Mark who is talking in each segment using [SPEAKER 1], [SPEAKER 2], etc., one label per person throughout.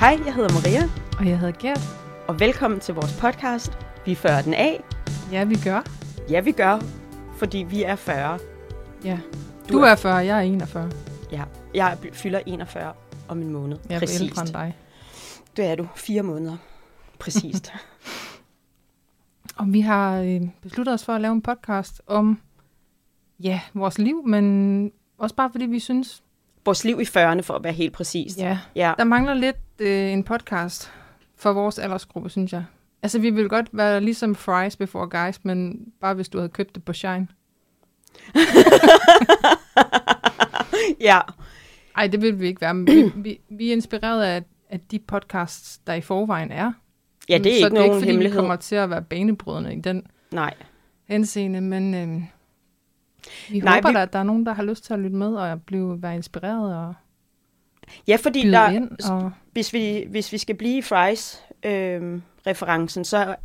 [SPEAKER 1] Hej, jeg hedder Maria,
[SPEAKER 2] Og jeg hedder Gert.
[SPEAKER 1] og velkommen til vores podcast. Vi fører den af.
[SPEAKER 2] Ja, vi gør.
[SPEAKER 1] Ja, vi gør, fordi vi er 40.
[SPEAKER 2] Ja.
[SPEAKER 1] Du
[SPEAKER 2] Du,
[SPEAKER 1] er-
[SPEAKER 2] er 40, jeg er 41.
[SPEAKER 1] Ja, jeg bl- fylder 41 om en måned.
[SPEAKER 2] Jeg er ældre end dig.
[SPEAKER 1] Det er du. Fire måneder. Præcist.
[SPEAKER 2] Og vi har øh, besluttet os for at lave en podcast om, ja, vores liv, men også bare fordi vi synes,
[SPEAKER 1] vores liv i 40'erne, for at være helt præcist.
[SPEAKER 2] ja,
[SPEAKER 1] ja.
[SPEAKER 2] der mangler lidt øh, en podcast for vores aldersgruppe, synes jeg. Altså, vi ville godt være ligesom Fries Before Guys, men bare hvis du havde købt det på Shine.
[SPEAKER 1] ja.
[SPEAKER 2] Ej, det ville vi ikke være, men vi, vi, vi er inspireret af, af de podcasts, der i forvejen er.
[SPEAKER 1] ja, det er ikke
[SPEAKER 2] så det er
[SPEAKER 1] nogen
[SPEAKER 2] ikke, fordi
[SPEAKER 1] hemmelighed.
[SPEAKER 2] vi kommer til at være banebrydende i den
[SPEAKER 1] Nej.
[SPEAKER 2] henseende, men øhm, vi
[SPEAKER 1] Nej,
[SPEAKER 2] Nej, håber
[SPEAKER 1] vi-
[SPEAKER 2] vi... da, at der er nogen, der har lyst til at lytte med og blive, være inspireret og
[SPEAKER 1] Ja, fordi
[SPEAKER 2] byde
[SPEAKER 1] der,
[SPEAKER 2] der... ind. Og...
[SPEAKER 1] hvis vi, hvis vi skal blive i Fries-referencen, så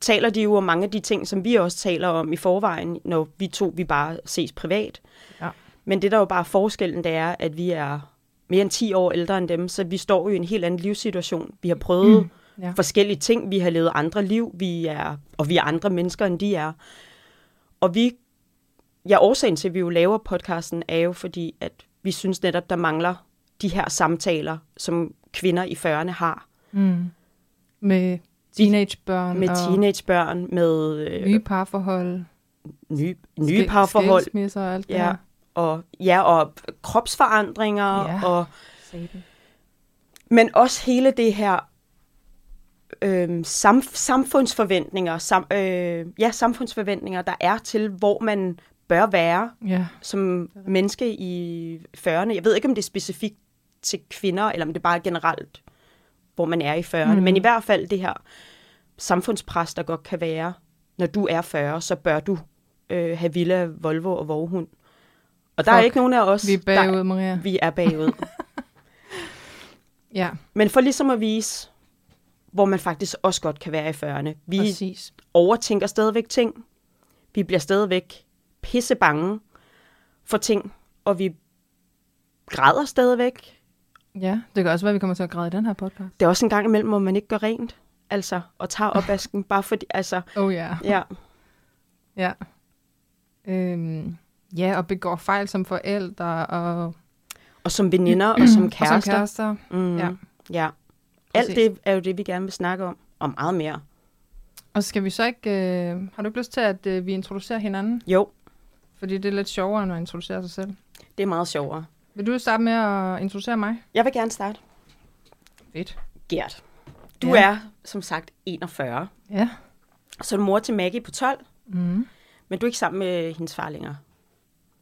[SPEAKER 1] taler de jo om mange af de ting, som vi også taler om i forvejen, når vi to vi bare ses privat.
[SPEAKER 2] Ja.
[SPEAKER 1] Men det, der jo bare er forskellen, det er, at vi er mere end 10 år ældre end dem, så vi står jo i en helt anden livssituation. Vi har prøvet mm,
[SPEAKER 2] ja.
[SPEAKER 1] forskellige ting, vi har levet andre liv, vi er, og vi er andre mennesker, end de er. Og vi, ja, årsagen til, at vi jo laver podcasten, er jo fordi, at vi synes netop, der mangler de her samtaler, som kvinder i 40'erne har.
[SPEAKER 2] Mm. Med teenagebørn
[SPEAKER 1] Med
[SPEAKER 2] og
[SPEAKER 1] teenagebørn, med øh,
[SPEAKER 2] nye parforhold.
[SPEAKER 1] nye, nye
[SPEAKER 2] skil-
[SPEAKER 1] parforhold,
[SPEAKER 2] Skilsmisser og alt det
[SPEAKER 1] ja,
[SPEAKER 2] her.
[SPEAKER 1] og, ja, og kropsforandringer,
[SPEAKER 2] Ja.
[SPEAKER 1] og,
[SPEAKER 2] Satan.
[SPEAKER 1] men også hele det her øh, sam, samfundsforventninger, sam, øh, ja, samfundsforventninger, der er til, hvor man bør være
[SPEAKER 2] Ja.
[SPEAKER 1] som menneske i 40'erne. Jeg ved ikke, om det er specifikt til kvinder, eller om det bare er generelt, hvor man er i 40'erne.
[SPEAKER 2] Mm-hmm.
[SPEAKER 1] Mm. Men i hvert fald det her samfundspres, der godt kan være, når du er 40, så bør du øh, have villa, Volvo og vovhund. Og der er
[SPEAKER 2] Fuck.
[SPEAKER 1] ikke nogen af os,
[SPEAKER 2] Vi er
[SPEAKER 1] Der,
[SPEAKER 2] bagud, Maria.
[SPEAKER 1] vi er bagud.
[SPEAKER 2] Ja,
[SPEAKER 1] Men for ligesom at vise, hvor man faktisk også godt kan være i 40'erne. Vi
[SPEAKER 2] præcis.
[SPEAKER 1] overtænker stadigvæk ting. Vi bliver stadigvæk pisse bange for ting, og vi græder stadigvæk.
[SPEAKER 2] Ja, det kan også være, at vi kommer til at græde i den her podcast.
[SPEAKER 1] Det er også en gang imellem, hvor man ikke gør rent, altså, og tager opvasken, bare fordi, altså,
[SPEAKER 2] Oh ja. Yeah.
[SPEAKER 1] ja,
[SPEAKER 2] Ja. Øhm, ja, og begår fejl som forældre og,
[SPEAKER 1] og som veninder, og som
[SPEAKER 2] og som
[SPEAKER 1] kærester.
[SPEAKER 2] kærester.
[SPEAKER 1] Mm,
[SPEAKER 2] Ja.
[SPEAKER 1] ja. Alt
[SPEAKER 2] Præcis.
[SPEAKER 1] det er jo det, vi gerne vil snakke om, og meget mere.
[SPEAKER 2] Og skal vi så ikke... Øh, har du ikke lyst til, at øh, vi introducerer hinanden?
[SPEAKER 1] Jo,
[SPEAKER 2] Fordi det er lidt sjovere, end at introducere sig selv.
[SPEAKER 1] det er meget sjovere.
[SPEAKER 2] Vil du starte med at introducere mig?
[SPEAKER 1] Jeg vil gerne starte.
[SPEAKER 2] Fedt.
[SPEAKER 1] Gert, du
[SPEAKER 2] Ja.
[SPEAKER 1] er som sagt 41,
[SPEAKER 2] Ja.
[SPEAKER 1] så er du mor til Maggie på 12,
[SPEAKER 2] Mm.
[SPEAKER 1] Men du er ikke sammen med hendes far længere.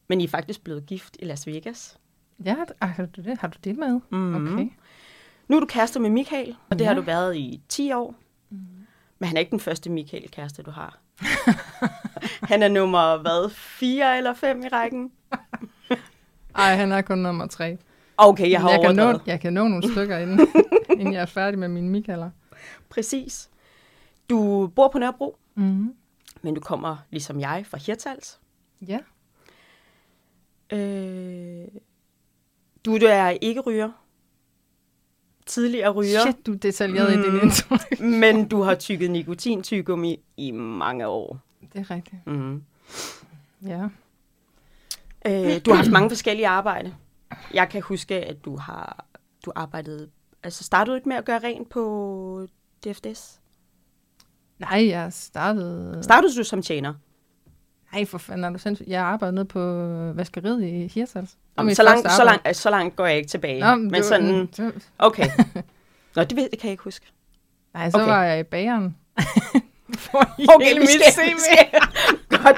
[SPEAKER 1] Men I er faktisk blevet gift i Las Vegas.
[SPEAKER 2] Ja, d- ej, har du det, har du det med?
[SPEAKER 1] Mhm.
[SPEAKER 2] Okay.
[SPEAKER 1] Nu er du kærester med Michael, og det
[SPEAKER 2] Ja. Mm-hmm.
[SPEAKER 1] har du været i 10 år. Men han er ikke den første Michael-kæreste, du har. han er nummer, hvad, 4 eller 5 i rækken?
[SPEAKER 2] Ej, han er kun nummer tre.
[SPEAKER 1] Okay, jeg har
[SPEAKER 2] jeg, kan nå,
[SPEAKER 1] overdrevet.
[SPEAKER 2] jeg kan nå nogle stykker, inden, inden jeg er færdig med mine Michaeler.
[SPEAKER 1] Præcis. Du bor på Nørrebro,
[SPEAKER 2] Mm.
[SPEAKER 1] men du kommer, ligesom jeg, fra Hirtals.
[SPEAKER 2] Ja.
[SPEAKER 1] Øh, du, du er ikke ryger. Tidligere ryger.
[SPEAKER 2] Shit, du er detaljeret mm. i din
[SPEAKER 1] Mhm.
[SPEAKER 2] intro.
[SPEAKER 1] Men du har tykket nikotintyggegummi i mange år.
[SPEAKER 2] det er rigtigt.
[SPEAKER 1] Mm.
[SPEAKER 2] Ja.
[SPEAKER 1] Øh, du har haft mange forskellige arbejde. Jeg kan huske, at du har du arbejdede, altså startede du ikke med at gøre rent på DFDS?
[SPEAKER 2] Nej, jeg startede...
[SPEAKER 1] Startede du som tjener?
[SPEAKER 2] Nej, for fanden, er du sindssyg? Jeg arbejdede nede på øh, vaskeriet i Hirsals. Det var
[SPEAKER 1] Jamen,
[SPEAKER 2] mit
[SPEAKER 1] så, langt,
[SPEAKER 2] første
[SPEAKER 1] så,
[SPEAKER 2] arbejde.
[SPEAKER 1] langt, altså, så langt går jeg ikke tilbage.
[SPEAKER 2] Nå,
[SPEAKER 1] men
[SPEAKER 2] det var-
[SPEAKER 1] sådan,
[SPEAKER 2] det var-
[SPEAKER 1] okay. Nå, det, ved, det kan jeg ikke huske.
[SPEAKER 2] Nej, så
[SPEAKER 1] Okay.
[SPEAKER 2] okay. var jeg i bageren.
[SPEAKER 1] Okay, vi skal, vi skal. Godt.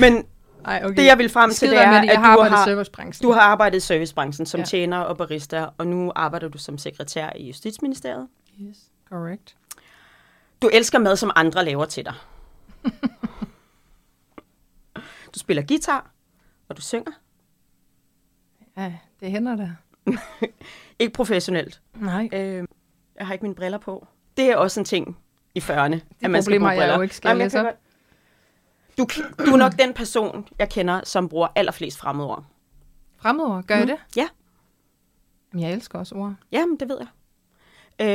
[SPEAKER 1] Men
[SPEAKER 2] Ej, okay.
[SPEAKER 1] det, jeg vil frem til,
[SPEAKER 2] Skide
[SPEAKER 1] det
[SPEAKER 2] være
[SPEAKER 1] er,
[SPEAKER 2] med det.
[SPEAKER 1] at
[SPEAKER 2] Jeg har
[SPEAKER 1] du
[SPEAKER 2] arbejdet i
[SPEAKER 1] har,
[SPEAKER 2] servicebranchen.
[SPEAKER 1] du har arbejdet i servicebranchen som ja.
[SPEAKER 2] Ja.
[SPEAKER 1] tjener og barista, og nu arbejder du som sekretær i Justitsministeriet.
[SPEAKER 2] Yes, correct.
[SPEAKER 1] Du elsker mad, som andre laver til dig. du spiller guitar, og du synger.
[SPEAKER 2] Ja, det hænder da.
[SPEAKER 1] Ikke professionelt.
[SPEAKER 2] Nej.
[SPEAKER 1] Øh, jeg har ikke mine briller på. Det er også en ting i 40'erne, at man skal bruge
[SPEAKER 2] problemer er jeg
[SPEAKER 1] briller.
[SPEAKER 2] jo ikke, skal
[SPEAKER 1] Nej,
[SPEAKER 2] jeg
[SPEAKER 1] men
[SPEAKER 2] læse
[SPEAKER 1] kan
[SPEAKER 2] op?
[SPEAKER 1] godt- Du, du er nok den person, jeg kender, som bruger allerflest fremmedord.
[SPEAKER 2] Fremmedord, gør mm. jeg det?
[SPEAKER 1] Ja.
[SPEAKER 2] Jamen, jeg elsker også ord.
[SPEAKER 1] Jamen, det ved jeg.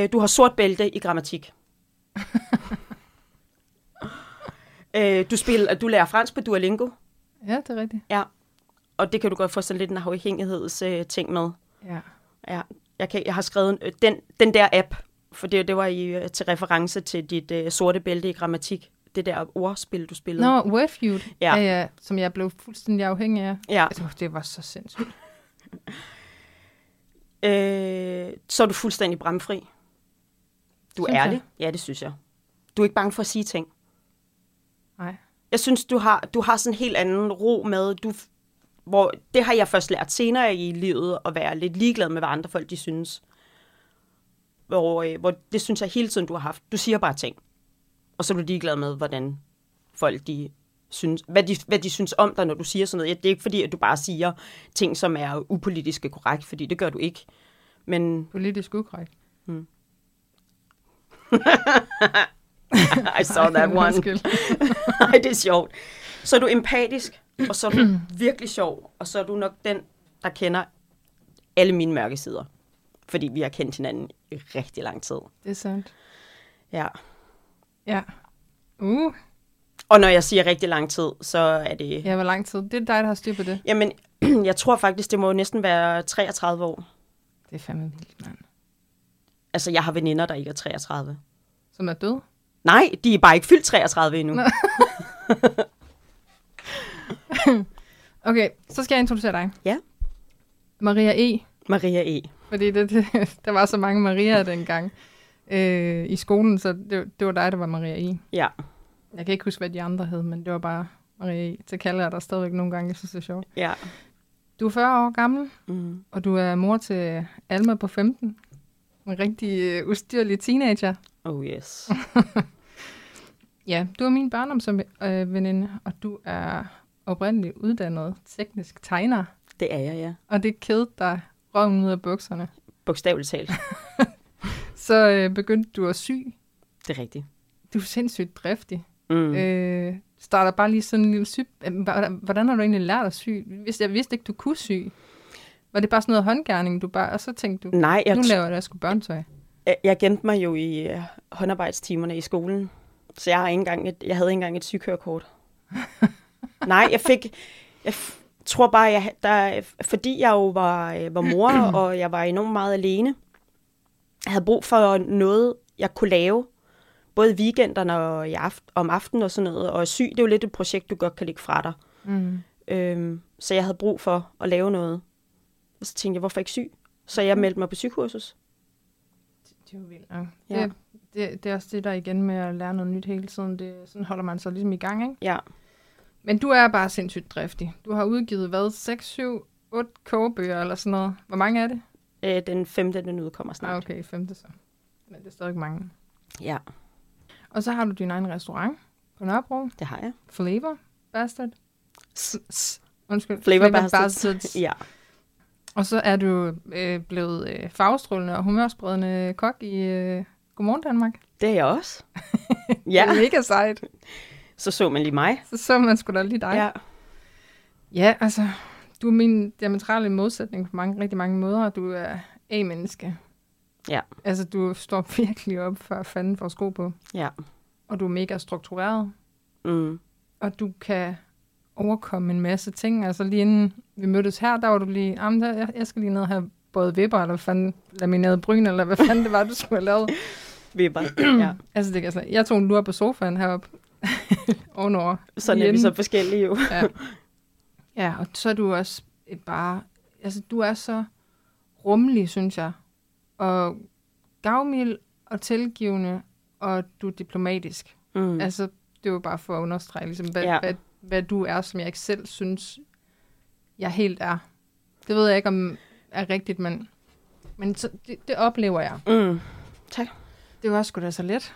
[SPEAKER 1] Øh, du har sort bælte i grammatik. øh, du, spiller, du lærer fransk på Duolingo,
[SPEAKER 2] Ja, det er rigtigt.
[SPEAKER 1] og det kan du godt få sådan lidt en afhængighedsting øh, ting med.
[SPEAKER 2] Ja.
[SPEAKER 1] Ja, jeg, kan, jeg har skrevet øh, den, den der app, for det, det var i, øh, til reference til dit øh, sorte bælte i grammatik. Det der ordspil, du spillede.
[SPEAKER 2] Nå, Wordfeud,
[SPEAKER 1] Ja.
[SPEAKER 2] ja. Ja, ja, som jeg blev fuldstændig afhængig af.
[SPEAKER 1] Ja.
[SPEAKER 2] Altså, det var så sindssygt.
[SPEAKER 1] Øh, så er du fuldstændig bramfri. Du
[SPEAKER 2] Synes
[SPEAKER 1] er
[SPEAKER 2] jeg.
[SPEAKER 1] ærlig. Ja, det synes jeg. Du er ikke bange for at sige ting.
[SPEAKER 2] Nej.
[SPEAKER 1] Jeg synes, du har, du har sådan en helt anden ro med, du, hvor det har jeg først lært senere i livet, at være lidt ligeglad med, hvad andre folk de synes. Hvor, øh, hvor det synes jeg hele tiden, du har haft. Du siger bare ting, og så er du ligeglad med, hvordan folk de synes, hvad de, hvad de synes om dig, når du siger sådan noget. Ja, det er ikke fordi, at du bare siger ting, som er upolitiske korrekt, fordi det gør du ikke. Men
[SPEAKER 2] Politisk ukorrekt.
[SPEAKER 1] I saw that one.
[SPEAKER 2] Undskyld.
[SPEAKER 1] Nej, det er sjovt. Så er du empatisk, og så er du virkelig sjov, og så er du nok den, der kender alle mine mørke sider. Fordi vi har kendt hinanden i rigtig lang tid.
[SPEAKER 2] Det er sandt.
[SPEAKER 1] Ja.
[SPEAKER 2] Ja. Uh,
[SPEAKER 1] Og når jeg siger rigtig lang tid, så er det...
[SPEAKER 2] ja, hvor lang tid. Det er dig, der har styr på det.
[SPEAKER 1] Jamen, jeg tror faktisk, det må jo næsten være 33 år.
[SPEAKER 2] Det er fandme vildt, mand.
[SPEAKER 1] Altså, jeg har veninder, der ikke er 33.
[SPEAKER 2] Som er død.
[SPEAKER 1] Nej, de er bare ikke fyldt 33 endnu.
[SPEAKER 2] Nå. Okay, så skal jeg introducere dig.
[SPEAKER 1] Ja.
[SPEAKER 2] Maria E.
[SPEAKER 1] Maria E.
[SPEAKER 2] Fordi det, det, der var så mange Mariaer dengang øh, i skolen, så det, det var dig, der var Maria E.
[SPEAKER 1] Ja.
[SPEAKER 2] Jeg kan ikke huske, hvad de andre hed, men det var bare Maria E. Så kalder jeg dig stadigvæk nogle gange, jeg synes, det er sjovt.
[SPEAKER 1] Ja.
[SPEAKER 2] Du er 40 år gammel,
[SPEAKER 1] Mm.
[SPEAKER 2] og du er mor til Alma på 15. En rigtig øh, ustyrlig teenager.
[SPEAKER 1] Oh yes.
[SPEAKER 2] Ja, du er min barndomsveninde, øh, og du er oprindeligt uddannet teknisk tegner,
[SPEAKER 1] Det er jeg, ja.
[SPEAKER 2] og det kædede dig røven ud af bukserne.
[SPEAKER 1] Bogstaveligt talt.
[SPEAKER 2] Så øh, begyndte du at sy.
[SPEAKER 1] Det er rigtigt.
[SPEAKER 2] Du er sindssygt driftig.
[SPEAKER 1] Mm.
[SPEAKER 2] Mm. Øh, starter bare lige sådan en lille sy. Øhm, hvordan- Hvordan har du egentlig lært at sy? Hvis jeg vidste ikke, du kunne sy. Var det bare sådan noget håndgærning, du bare... Og så tænkte du,
[SPEAKER 1] Nej, jeg
[SPEAKER 2] nu laver jeg da sgu børnetøj.
[SPEAKER 1] Jeg- Jeg gemte mig jo i øh, håndarbejdstimerne i skolen, så jeg, har ikke engang et, jeg havde ikke engang et sygekørekort. Nej, jeg fik... Jeg f- tror bare, jeg, der, fordi jeg jo var, øh, var mor, og jeg var enormt meget alene, jeg havde brug for noget, jeg kunne lave, både i weekenderne og i aft- om aftenen og sådan noget. Og syg, det er jo lidt et projekt, du godt kan lægge fra dig.
[SPEAKER 2] Mm.
[SPEAKER 1] Øhm, så jeg havde brug for at lave noget. Og så tænkte jeg, hvorfor ikke syg? Så jeg meldte mig på sygekursus.
[SPEAKER 2] Det er jo vildt nok.
[SPEAKER 1] Ja.
[SPEAKER 2] Det, det, det er også det der igen med at lære noget nyt hele tiden. Det, sådan holder man sig ligesom i gang, ikke?
[SPEAKER 1] Ja.
[SPEAKER 2] Men du er bare sindssygt driftig. Du har udgivet, hvad, 6, 7, 8 kogebøger eller sådan noget. Hvor mange er det?
[SPEAKER 1] Øh, den femte, den udkommer
[SPEAKER 2] Ah,
[SPEAKER 1] snart.
[SPEAKER 2] okay, femte så. Men det er stadig mange.
[SPEAKER 1] Ja,
[SPEAKER 2] Og så har du din egen restaurant på Nørrebro.
[SPEAKER 1] det har jeg.
[SPEAKER 2] Flavor Bastard. S- Undskyld.
[SPEAKER 1] Flavor Bastards.
[SPEAKER 2] Bastards.
[SPEAKER 1] Ja,
[SPEAKER 2] Og så er du øh, blevet øh, farvestrålende og humørspredende kok i øh, Godmorgen Danmark.
[SPEAKER 1] det er jeg også.
[SPEAKER 2] Det
[SPEAKER 1] ja,
[SPEAKER 2] er mega sejt.
[SPEAKER 1] så så man lige mig.
[SPEAKER 2] Så så man sgu da lige dig.
[SPEAKER 1] Ja.
[SPEAKER 2] Ja, altså, du er min diametrale modsætning på mange, rigtig mange måder, og du er A-menneske.
[SPEAKER 1] Ja.
[SPEAKER 2] Altså, du står virkelig op for fanden for sko på,
[SPEAKER 1] Ja.
[SPEAKER 2] og du er mega struktureret,
[SPEAKER 1] Mm.
[SPEAKER 2] og du kan overkomme en masse ting. Altså, lige inden vi mødtes her, der var du lige, jamen, der, jeg, jeg skal lige ned og have både vipper, eller hvad fanden, lamineret bryn, eller hvad fanden det var, du skulle have lavet.
[SPEAKER 1] Vipper. ja.
[SPEAKER 2] Altså, det kan jeg slet Jeg tog en lur på sofaen heroppe ovenover.
[SPEAKER 1] Sådan er
[SPEAKER 2] Hjemme.
[SPEAKER 1] vi så forskellige jo.
[SPEAKER 2] ja. ja, og så er du også et bare... Altså, du er så rummelig, synes jeg. Og gavmild og tilgivende, og du er diplomatisk.
[SPEAKER 1] Mm.
[SPEAKER 2] Mm. Altså, det er jo bare for at understrege, ligesom, hvad,
[SPEAKER 1] Ja.
[SPEAKER 2] ja. hvad, hvad du er, som jeg ikke selv synes, jeg helt er. Det ved jeg ikke, om er rigtigt, men, men så, det, det oplever jeg.
[SPEAKER 1] Mm.
[SPEAKER 2] Det var sgu da så let.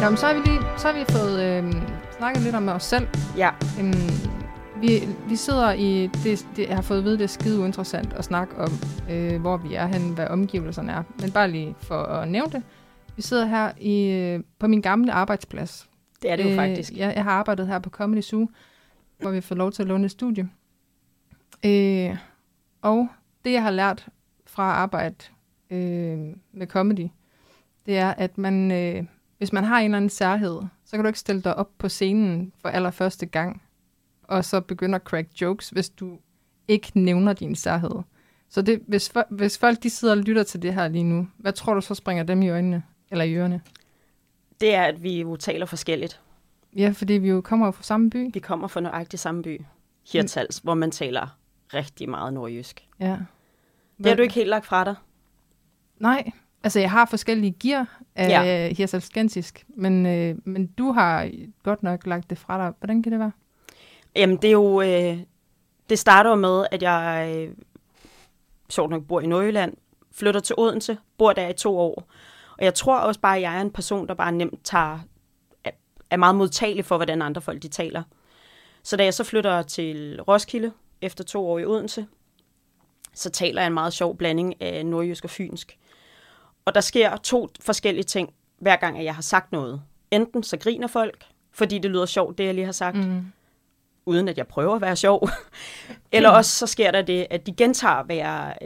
[SPEAKER 2] Jamen, så har vi lige så har vi fået øhm, snakket lidt om os selv.
[SPEAKER 1] Ja.
[SPEAKER 2] Øhm, vi, vi sidder i... Det, det, jeg har fået at vide, det er skide uinteressant at snakke om, øh, hvor vi er henne, hvad omgivelserne er. Men bare lige for at nævne det. Vi sidder her i, øh, på min gamle arbejdsplads.
[SPEAKER 1] Det
[SPEAKER 2] Øh,
[SPEAKER 1] er det jo faktisk.
[SPEAKER 2] Jeg, jeg har arbejdet her på Comedy Zoo, hvor vi får lov til at låne et studie. Øh, og det, jeg har lært fra at arbejde øh, med comedy, det er, at man, øh, hvis man har en eller anden særhed, så kan du ikke stille dig op på scenen for allerførste gang, og så begynde at crack jokes, hvis du ikke nævner din særhed. Så det, hvis, for, hvis folk de sidder og lytter til det her lige nu, hvad tror du så springer dem i øjnene? Eller i ørerne?
[SPEAKER 1] Det er, at vi jo taler forskelligt.
[SPEAKER 2] Ja, fordi vi jo kommer jo fra samme by.
[SPEAKER 1] Vi kommer fra nøjagtig samme by, Hirtals, hvor man taler rigtig meget nordjysk.
[SPEAKER 2] Ja.
[SPEAKER 1] Det har du ikke helt lagt fra dig.
[SPEAKER 2] Nej, altså jeg har forskellige gear af ja. hirsalsgensisk, men, øh, men du har godt nok lagt det fra dig. Hvordan kan det være?
[SPEAKER 1] Jamen, det er jo... Øh, det starter jo med, at jeg øh, sjovt nok bor i Nordjylland, flytter til Odense, bor der i to år. Og jeg tror også bare, at jeg er en person, der bare nemt tager, er meget modtagelig for, hvordan andre folk de taler. Så da jeg så flytter til Roskilde efter to år i Odense, så taler jeg en meget sjov blanding af nordjysk og fynsk. Og der sker to forskellige ting, hver gang at jeg har sagt noget. Enten så griner folk, fordi det lyder sjovt, det jeg lige har sagt, mm. uden at jeg prøver at være sjov. Eller
[SPEAKER 2] Hmm.
[SPEAKER 1] også så sker der det, at de gentager hvad, jeg,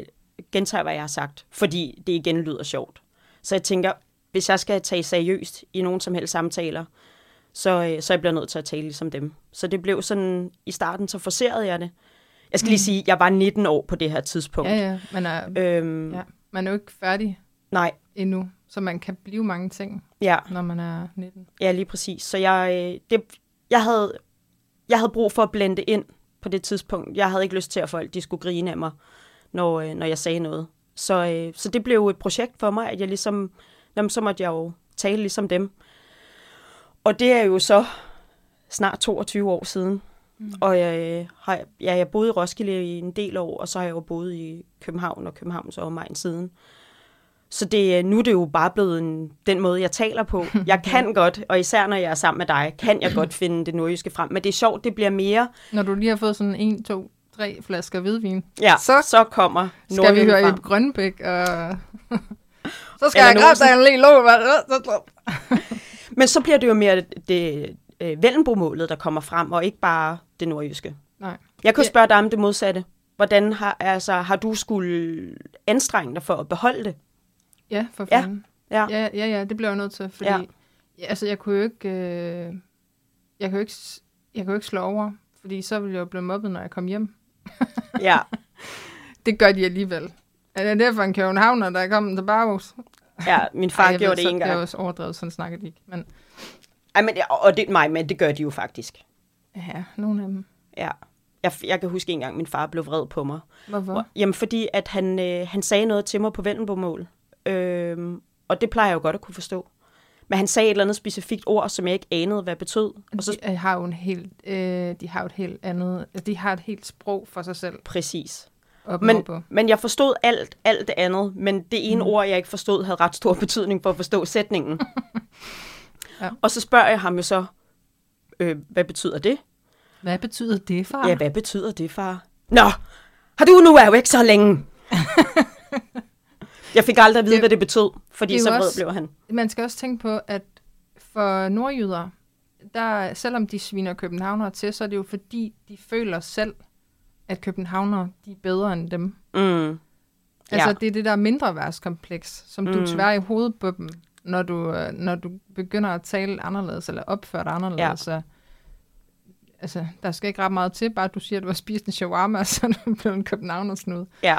[SPEAKER 1] gentager, hvad jeg har sagt, fordi det igen lyder sjovt. Så jeg tænker, hvis jeg skal tage seriøst i nogen som helst samtaler, så, øh, så jeg bliver nødt til at tale ligesom dem. Så det blev sådan, i starten så forserede jeg det. Jeg skal lige sige, jeg var 19 år på det her tidspunkt.
[SPEAKER 2] Hmm. Ja, ja. Man er, øhm, ja. man er jo ikke færdig
[SPEAKER 1] Nej.
[SPEAKER 2] endnu, så man kan blive mange ting,
[SPEAKER 1] Ja,
[SPEAKER 2] når man er 19.
[SPEAKER 1] ja lige præcis. Så jeg, øh, det, jeg, havde, jeg havde brug for at blende ind på det tidspunkt. Jeg havde ikke lyst til, at folk de skulle grine af mig, når, øh, når jeg sagde noget. Så, øh, så det blev et projekt for mig, at jeg ligesom, jamen, så måtte jeg jo tale ligesom dem. Og det er jo så snart 22 år siden. Mm. Og jeg, har, ja, jeg boede i Roskilde i en del år, og så har jeg jo boet i København og Københavns omegn siden. Så det, øh, nu er det jo bare blevet en, den måde, jeg taler på. Jeg kan godt, og især når jeg er sammen med dig, kan jeg godt finde det nordjyske frem. Men det er sjovt, det bliver mere,
[SPEAKER 2] Når du lige har fået sådan en, to, tre flasker hvidvin,
[SPEAKER 1] ja,
[SPEAKER 2] Så
[SPEAKER 1] så, så kommer
[SPEAKER 2] skal vi
[SPEAKER 1] nordjyden
[SPEAKER 2] høre
[SPEAKER 1] frem.
[SPEAKER 2] i Grønbæk, og... så skal
[SPEAKER 1] Eller
[SPEAKER 2] jeg græbe
[SPEAKER 1] Olsen.
[SPEAKER 2] dig en lille lå, mand.
[SPEAKER 1] Men så bliver det jo mere det, det øh, Vellenbo-målet, der kommer frem, og ikke bare det nordjyske.
[SPEAKER 2] Nej.
[SPEAKER 1] Jeg kan jo
[SPEAKER 2] Ja.
[SPEAKER 1] spørge dig om det modsatte. Hvordan har, altså, har du skulle anstrenge dig for at beholde det?
[SPEAKER 2] Ja, for
[SPEAKER 1] Ja.
[SPEAKER 2] fanden.
[SPEAKER 1] Ja.
[SPEAKER 2] ja, ja, ja, det blev jeg nødt til, fordi ja.
[SPEAKER 1] Ja.
[SPEAKER 2] Ja, altså, jeg kunne jo ikke, øh, jeg kunne jo ikke, s- jeg kunne jo ikke slå over, fordi så ville jeg jo blive mobbet, når jeg kom hjem.
[SPEAKER 1] Ja,
[SPEAKER 2] Det gør de alligevel. Er det derfor en københavner, der er kommet til Barbos?
[SPEAKER 1] ja min far
[SPEAKER 2] Ej,
[SPEAKER 1] Ej,
[SPEAKER 2] jeg
[SPEAKER 1] gjorde
[SPEAKER 2] ved,
[SPEAKER 1] det
[SPEAKER 2] så-
[SPEAKER 1] en
[SPEAKER 2] Det er
[SPEAKER 1] gang.
[SPEAKER 2] også overdrevet, sådan snakker de ikke. Men
[SPEAKER 1] Ej, men, og det, nej, men det gør de jo faktisk.
[SPEAKER 2] ja, nogle af dem.
[SPEAKER 1] Ja. Jeg, jeg kan huske en gang, min far blev vred på mig.
[SPEAKER 2] Hvorfor?
[SPEAKER 1] Hvor? Jamen, fordi at han, øh, han sagde noget til mig på Vendelbomål. Øhm, og det plejer jeg jo godt at kunne forstå. Men han sagde et eller andet specifikt ord, som jeg ikke anede, hvad betød. Og så
[SPEAKER 2] De øh, har jo en helt, øh, de har jo et helt andet, altså, de har et helt sprog for sig selv
[SPEAKER 1] præcis.
[SPEAKER 2] op
[SPEAKER 1] Men,
[SPEAKER 2] på.
[SPEAKER 1] men jeg forstod alt, alt det andet, men det ene mm. ord, jeg ikke forstod, havde ret stor betydning for at forstå sætningen.
[SPEAKER 2] Ja.
[SPEAKER 1] ja. Og så spørger jeg ham jo så, øh, hvad betyder det?
[SPEAKER 2] Hvad betyder det, far?
[SPEAKER 1] Ja, hvad betyder det, far? Nå, har du nu er jo ikke så længe. jeg fik aldrig at vide,
[SPEAKER 2] Det-
[SPEAKER 1] det, hvad det betød, fordi
[SPEAKER 2] det er
[SPEAKER 1] så
[SPEAKER 2] jo
[SPEAKER 1] vred
[SPEAKER 2] også-
[SPEAKER 1] blev han.
[SPEAKER 2] Man skal også tænke på, at for nordjyder, der, selvom de sviner københavnere til, så er det jo fordi, de føler selv, at københavnere de er bedre end dem.
[SPEAKER 1] Mm.
[SPEAKER 2] Altså,
[SPEAKER 1] Ja.
[SPEAKER 2] det er det der mindre værtskompleks, som mm. du
[SPEAKER 1] Mm.
[SPEAKER 2] tværer i hovedet på dem, når du, øh, når du begynder at tale anderledes, eller opføre dig anderledes. Ja.
[SPEAKER 1] Ja.
[SPEAKER 2] Så, altså, der skal ikke ret meget til, bare at du siger, at du har spist en shawarma, så er du blevet en københavnersnud.
[SPEAKER 1] Ja.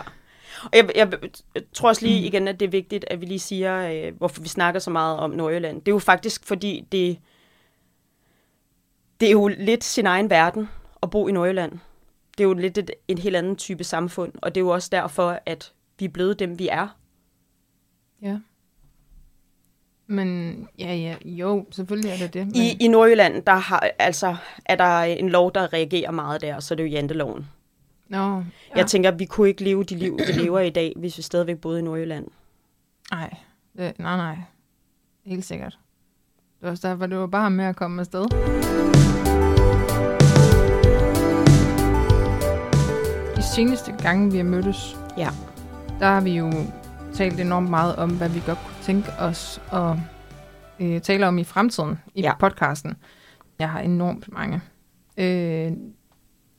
[SPEAKER 1] Og jeg, jeg, jeg tror også lige igen, at det er vigtigt, at vi lige siger, øh, hvorfor vi snakker så meget om Nordjylland. Det er jo faktisk, fordi det, det er jo lidt sin egen verden at bo i Nordjylland. Det er jo lidt et, en helt anden type samfund, og det er jo også derfor, at vi er blevet dem, vi er.
[SPEAKER 2] Ja. Men ja, ja, jo, selvfølgelig er det det. Men...
[SPEAKER 1] I, i Nordjylland, der har, altså, er der en lov, der reagerer meget der, så er det jo janteloven.
[SPEAKER 2] Nå,
[SPEAKER 1] Ja. Jeg tænker, at vi kunne ikke leve de liv, vi lever i dag, hvis vi stadigvæk boede i Nordjylland.
[SPEAKER 2] Nej, det, nej, nej. Helt sikkert. Det var også derfor, det var bare med at komme afsted. De seneste gange, vi har mødtes,
[SPEAKER 1] Ja.
[SPEAKER 2] der har vi jo talt enormt meget om, hvad vi godt kunne tænke os at øh, tale om i fremtiden i ja.
[SPEAKER 1] Ja.
[SPEAKER 2] podcasten. Jeg har enormt mange. Øh,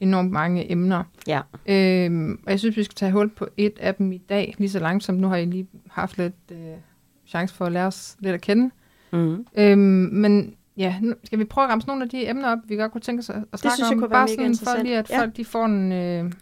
[SPEAKER 2] enormt mange emner.
[SPEAKER 1] Ja.
[SPEAKER 2] Øhm, og jeg synes, vi skal tage hul på et af dem i dag, lige så langsomt. Nu har I lige haft lidt øh, chance for at lære os lidt at kende.
[SPEAKER 1] Mm.
[SPEAKER 2] Øhm, men ja, nu skal vi prøve at ramse nogle af de emner op, vi godt kunne tænke os at at snakke
[SPEAKER 1] synes jeg
[SPEAKER 2] om?
[SPEAKER 1] kunne være
[SPEAKER 2] Bare
[SPEAKER 1] mega
[SPEAKER 2] sådan for
[SPEAKER 1] interessant.
[SPEAKER 2] lige, at
[SPEAKER 1] Ja.
[SPEAKER 2] folk de får en, øh,
[SPEAKER 1] En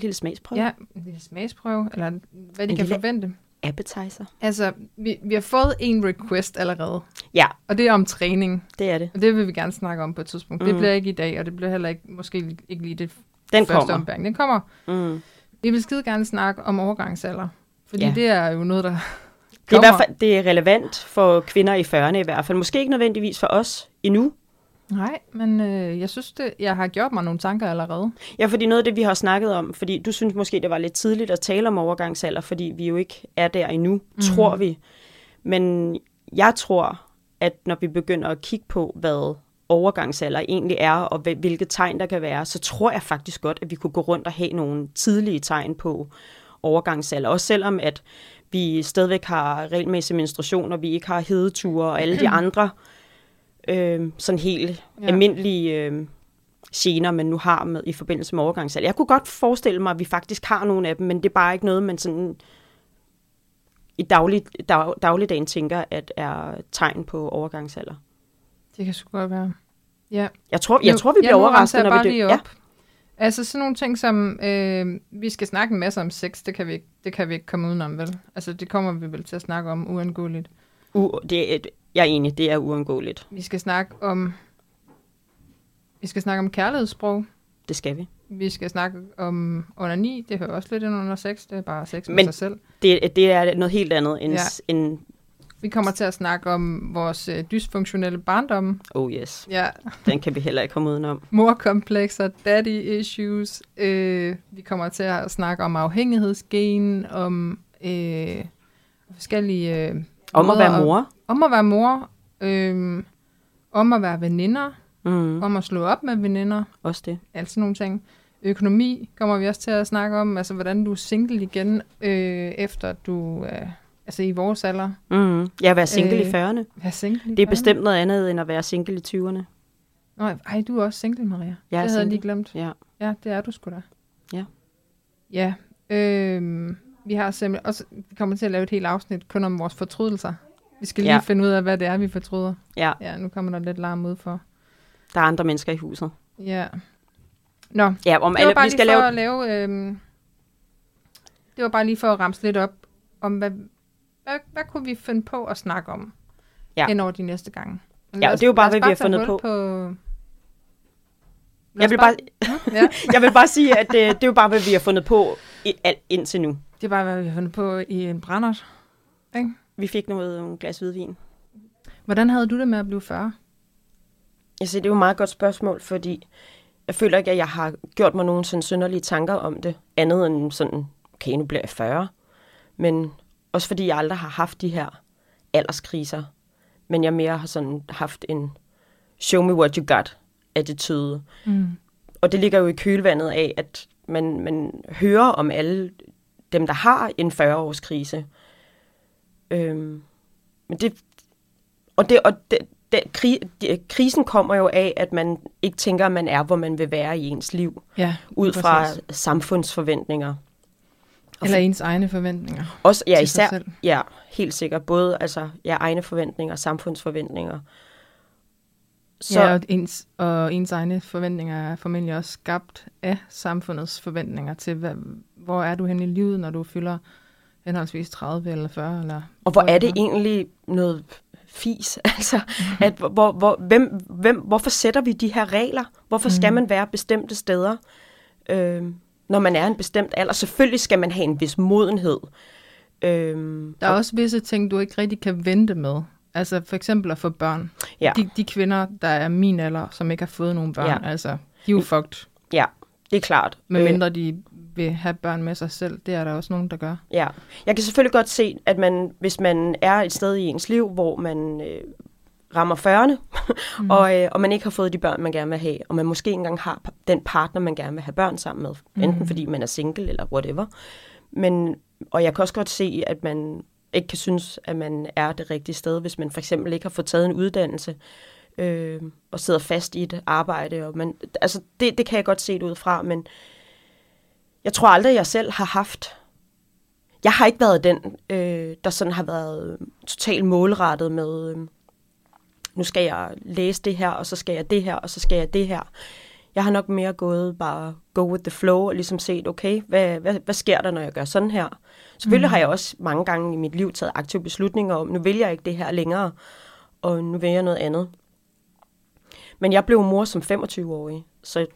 [SPEAKER 1] lille smagsprøve.
[SPEAKER 2] ja, en lille smagsprøve, eller hvad de
[SPEAKER 1] En
[SPEAKER 2] kan
[SPEAKER 1] lille-
[SPEAKER 2] forvente.
[SPEAKER 1] Appetizer.
[SPEAKER 2] Altså, vi, vi har fået en request allerede,
[SPEAKER 1] Ja,
[SPEAKER 2] og det er om træning.
[SPEAKER 1] det er det.
[SPEAKER 2] Og det vil vi gerne snakke om på et tidspunkt. Mm. Det
[SPEAKER 1] Mm.
[SPEAKER 2] bliver ikke i dag, og det bliver heller ikke, måske ikke lige det
[SPEAKER 1] Den
[SPEAKER 2] første
[SPEAKER 1] kommer.
[SPEAKER 2] ombæring. Den kommer.
[SPEAKER 1] Mm.
[SPEAKER 2] Vi vil skide gerne snakke om overgangsalder, fordi ja.
[SPEAKER 1] Ja.
[SPEAKER 2] det er jo noget, der
[SPEAKER 1] Det er,
[SPEAKER 2] kommer.
[SPEAKER 1] i hvert fald, det er relevant for kvinder i 40'erne i hvert fald. Måske ikke nødvendigvis for os endnu.
[SPEAKER 2] Nej, men øh, jeg synes, det, jeg har gjort mig nogle tanker allerede.
[SPEAKER 1] Ja, fordi noget af det, vi har snakket om, fordi du synes måske, det var lidt tidligt at tale om overgangsalder, fordi vi jo ikke er der endnu,
[SPEAKER 2] Mhm.
[SPEAKER 1] mm. tror vi. Men jeg tror, at når vi begynder at kigge på, hvad overgangsalder egentlig er, og hvil- hvilke tegn der kan være, så tror jeg faktisk godt, at vi kunne gå rundt og have nogle tidlige tegn på overgangsalder. Også selvom, at vi stadigvæk har regelmæssige menstruationer, vi ikke har hedeture og alle de andre øh, sådan helt
[SPEAKER 2] Ja.
[SPEAKER 1] ja. almindelige øh, gener, man nu har med i forbindelse med overgangsalder. Jeg kunne godt forestille mig, at vi faktisk har nogle af dem, men det er bare ikke noget, man sådan i daglig, dag, dagligdagen tænker, at er tegn på overgangsalder.
[SPEAKER 2] Det kan sgu godt være. Ja.
[SPEAKER 1] Jeg tror, jeg
[SPEAKER 2] Nu-
[SPEAKER 1] tror vi bliver
[SPEAKER 2] ja, nu ramser
[SPEAKER 1] overrasket,
[SPEAKER 2] jeg
[SPEAKER 1] når
[SPEAKER 2] bare
[SPEAKER 1] vi
[SPEAKER 2] lige
[SPEAKER 1] dør.
[SPEAKER 2] op. Altså sådan nogle ting som, øh, vi skal snakke en masse om sex, det kan, vi ikke, det kan vi ikke komme udenom, vel? Altså det kommer vi vel til at snakke om uundgåeligt.
[SPEAKER 1] U- det er, et- jeg er enig, det er uundgåeligt.
[SPEAKER 2] Vi skal snakke om, vi skal snakke om kærlighedssprog.
[SPEAKER 1] Det skal vi.
[SPEAKER 2] Vi skal snakke om under 9, det hører også lidt ind under 6, det er bare sex med
[SPEAKER 1] Men-
[SPEAKER 2] sig selv.
[SPEAKER 1] Det, er- det er noget helt andet end,
[SPEAKER 2] Ja.
[SPEAKER 1] ja. end
[SPEAKER 2] Vi kommer til at snakke om vores øh, dysfunktionelle barndom.
[SPEAKER 1] oh yes,
[SPEAKER 2] Ja,
[SPEAKER 1] den kan vi heller ikke komme udenom.
[SPEAKER 2] morkomplekser, daddy issues. Øh, vi kommer til at snakke om afhængighedsgen, om øh, forskellige... Øh,
[SPEAKER 1] Om at
[SPEAKER 2] måder
[SPEAKER 1] være mor.
[SPEAKER 2] Om at være mor. Øh, om at være veninder.
[SPEAKER 1] Mm,
[SPEAKER 2] Om at slå op med veninder.
[SPEAKER 1] også det.
[SPEAKER 2] Altså nogle ting. Økonomi kommer vi også til at snakke om. Altså hvordan du er single igen, øh, efter du... Øh, altså i vores alder.
[SPEAKER 1] Mm. Jeg at være single øh,
[SPEAKER 2] Øh,
[SPEAKER 1] i 40'erne.
[SPEAKER 2] Vær single. i
[SPEAKER 1] Det er
[SPEAKER 2] fyrrerne.
[SPEAKER 1] bestemt noget andet end at være single i 20'erne.
[SPEAKER 2] Nå, ej, du er også single, Maria.
[SPEAKER 1] Jeg er
[SPEAKER 2] det havde jeg
[SPEAKER 1] single.
[SPEAKER 2] lige glemt.
[SPEAKER 1] Ja.
[SPEAKER 2] Ja, det er du sgu da.
[SPEAKER 1] Ja.
[SPEAKER 2] Ja. Øhm, vi har simpelthen også, vi kommer til at lave et helt afsnit kun om vores fortrydelser. Vi skal lige
[SPEAKER 1] Ja.
[SPEAKER 2] finde ud af, hvad det er, vi fortryder.
[SPEAKER 1] Ja.
[SPEAKER 2] Ja, nu kommer der lidt larm ud for.
[SPEAKER 1] Der er andre mennesker i huset.
[SPEAKER 2] Ja. Nå, det
[SPEAKER 1] Ja, om
[SPEAKER 2] var
[SPEAKER 1] alle,
[SPEAKER 2] bare
[SPEAKER 1] vi
[SPEAKER 2] lige for
[SPEAKER 1] skal
[SPEAKER 2] lave...
[SPEAKER 1] lave...
[SPEAKER 2] at lave... Øhm, det var bare lige for at ramse lidt op om, hvad, hvad, hvad kunne vi finde på at snakke om
[SPEAKER 1] Ja.
[SPEAKER 2] hen over de næste gange. Men
[SPEAKER 1] Ja,
[SPEAKER 2] lad
[SPEAKER 1] og
[SPEAKER 2] os-
[SPEAKER 1] det er jo bare,
[SPEAKER 2] lad os
[SPEAKER 1] hvad vi har
[SPEAKER 2] tage
[SPEAKER 1] fundet på.
[SPEAKER 2] hul på... Lad
[SPEAKER 1] Jeg
[SPEAKER 2] os
[SPEAKER 1] vil bare,
[SPEAKER 2] Ja.
[SPEAKER 1] jeg vil bare sige, at øh, det, det er jo bare, hvad vi har fundet på i, alt indtil nu.
[SPEAKER 2] Det er bare, hvad vi har fundet på i en brændert.
[SPEAKER 1] Vi fik noget nogle glas hvidvin.
[SPEAKER 2] Hvordan havde du det med at blive 40?
[SPEAKER 1] Altså, det er jo et meget godt spørgsmål, fordi jeg føler ikke, at jeg har gjort mig nogen sådan synderlige tanker om det, andet end sådan, okay, nu bliver jeg 40. Men også fordi jeg aldrig har haft de her alderskriser, men jeg mere har sådan haft en show me what you got attitude.
[SPEAKER 2] Mm.
[SPEAKER 1] Og det ligger jo i kølvandet af, at man, man hører om alle dem, der har en 40-årskrise. Øhm, men det, og det, og det, det, kri, det, krisen kommer jo af, at man ikke tænker, at man er, hvor man vil være i ens liv,
[SPEAKER 2] Ja,
[SPEAKER 1] ud
[SPEAKER 2] præcis.
[SPEAKER 1] fra samfundsforventninger. Og
[SPEAKER 2] Eller ens egne forventninger.
[SPEAKER 1] Også, ja,
[SPEAKER 2] til sig
[SPEAKER 1] især,
[SPEAKER 2] selv.
[SPEAKER 1] ja, helt sikkert. Både altså, ja, egne forventninger og samfundsforventninger.
[SPEAKER 2] Så... Ja, og ens, og ens egne forventninger er formentlig også skabt af samfundets forventninger til, hvad, hvor er du hen i livet, når du fylder henholdsvis 30 eller 40? Eller
[SPEAKER 1] Og hvor er det
[SPEAKER 2] whatever.
[SPEAKER 1] egentlig noget fis? Altså, at hvor- hvor, hvor, hvem, hvem, hvorfor sætter vi de her regler? Hvorfor skal man være bestemte steder, øh, når man er en bestemt alder? Selvfølgelig skal man have en vis modenhed. Øh,
[SPEAKER 2] Der er også visse ting, du ikke rigtig kan vente med. Altså for eksempel at få børn.
[SPEAKER 1] Ja.
[SPEAKER 2] De, de kvinder, der er min alder, som ikke har fået nogen børn, ja.
[SPEAKER 1] Ja.
[SPEAKER 2] altså, de er jo fucked,
[SPEAKER 1] ja, det er klart.
[SPEAKER 2] medmindre de vil have børn med sig selv. Det er der også nogen, der gør.
[SPEAKER 1] Ja, jeg kan selvfølgelig godt se, at man, hvis man er et sted i ens liv, hvor man øh, rammer 40'erne, mm. og, øh, og man ikke har fået de børn, man gerne vil have, og man måske ikke engang har pa- den partner, man gerne vil have børn sammen med, mm. enten fordi man er single eller whatever. Men, og jeg kan også godt se, at man ikke kan synes, at man er det rigtige sted, hvis man for eksempel ikke har fået taget en uddannelse, øh, og sidder fast i et arbejde. Og man, altså, det, det kan jeg godt se det ud fra, men jeg tror aldrig, jeg selv har haft... Jeg har ikke været den, øh, der sådan har været øh, totalt målrettet med, øh, nu skal jeg læse det her, og så skal jeg det her, og så skal jeg det her. Jeg har nok mere gået bare go with the flow og ligesom set, okay, hvad, hvad, hvad sker der, når jeg gør sådan her? Selvfølgelig mm. har jeg også mange gange i mit liv taget aktive beslutninger om, nu vil jeg ikke det her længere, og nu vil jeg noget andet. Men jeg blev mor som 25-årig, så,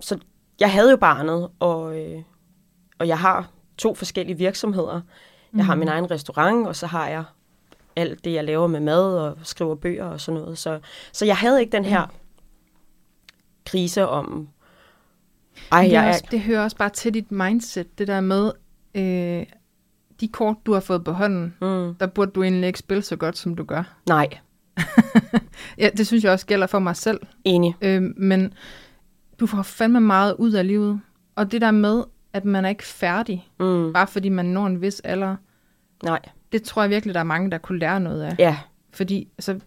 [SPEAKER 1] så jeg havde jo barnet, og, øh, og jeg har to forskellige virksomheder. Mm. Jeg har
[SPEAKER 2] Mhm.
[SPEAKER 1] min egen restaurant, og så har jeg alt det, jeg laver med mad og skriver bøger og sådan noget. Så, så jeg havde ikke den her krise om...
[SPEAKER 2] Ej, det, jeg er... også, det hører også bare til dit mindset, det der med øh, de kort, du har fået på hånden, mm. der burde du egentlig ikke spille så godt, som du gør.
[SPEAKER 1] Nej.
[SPEAKER 2] ja, det synes jeg også gælder for mig selv.
[SPEAKER 1] Enig.
[SPEAKER 2] Øh, men du får fandme meget ud af livet. Og det der med, at man er ikke færdig, mm. bare fordi man når en vis alder.
[SPEAKER 1] Nej
[SPEAKER 2] det tror jeg virkelig, der er mange, der kunne lære noget af.
[SPEAKER 1] Ja.
[SPEAKER 2] Fordi altså,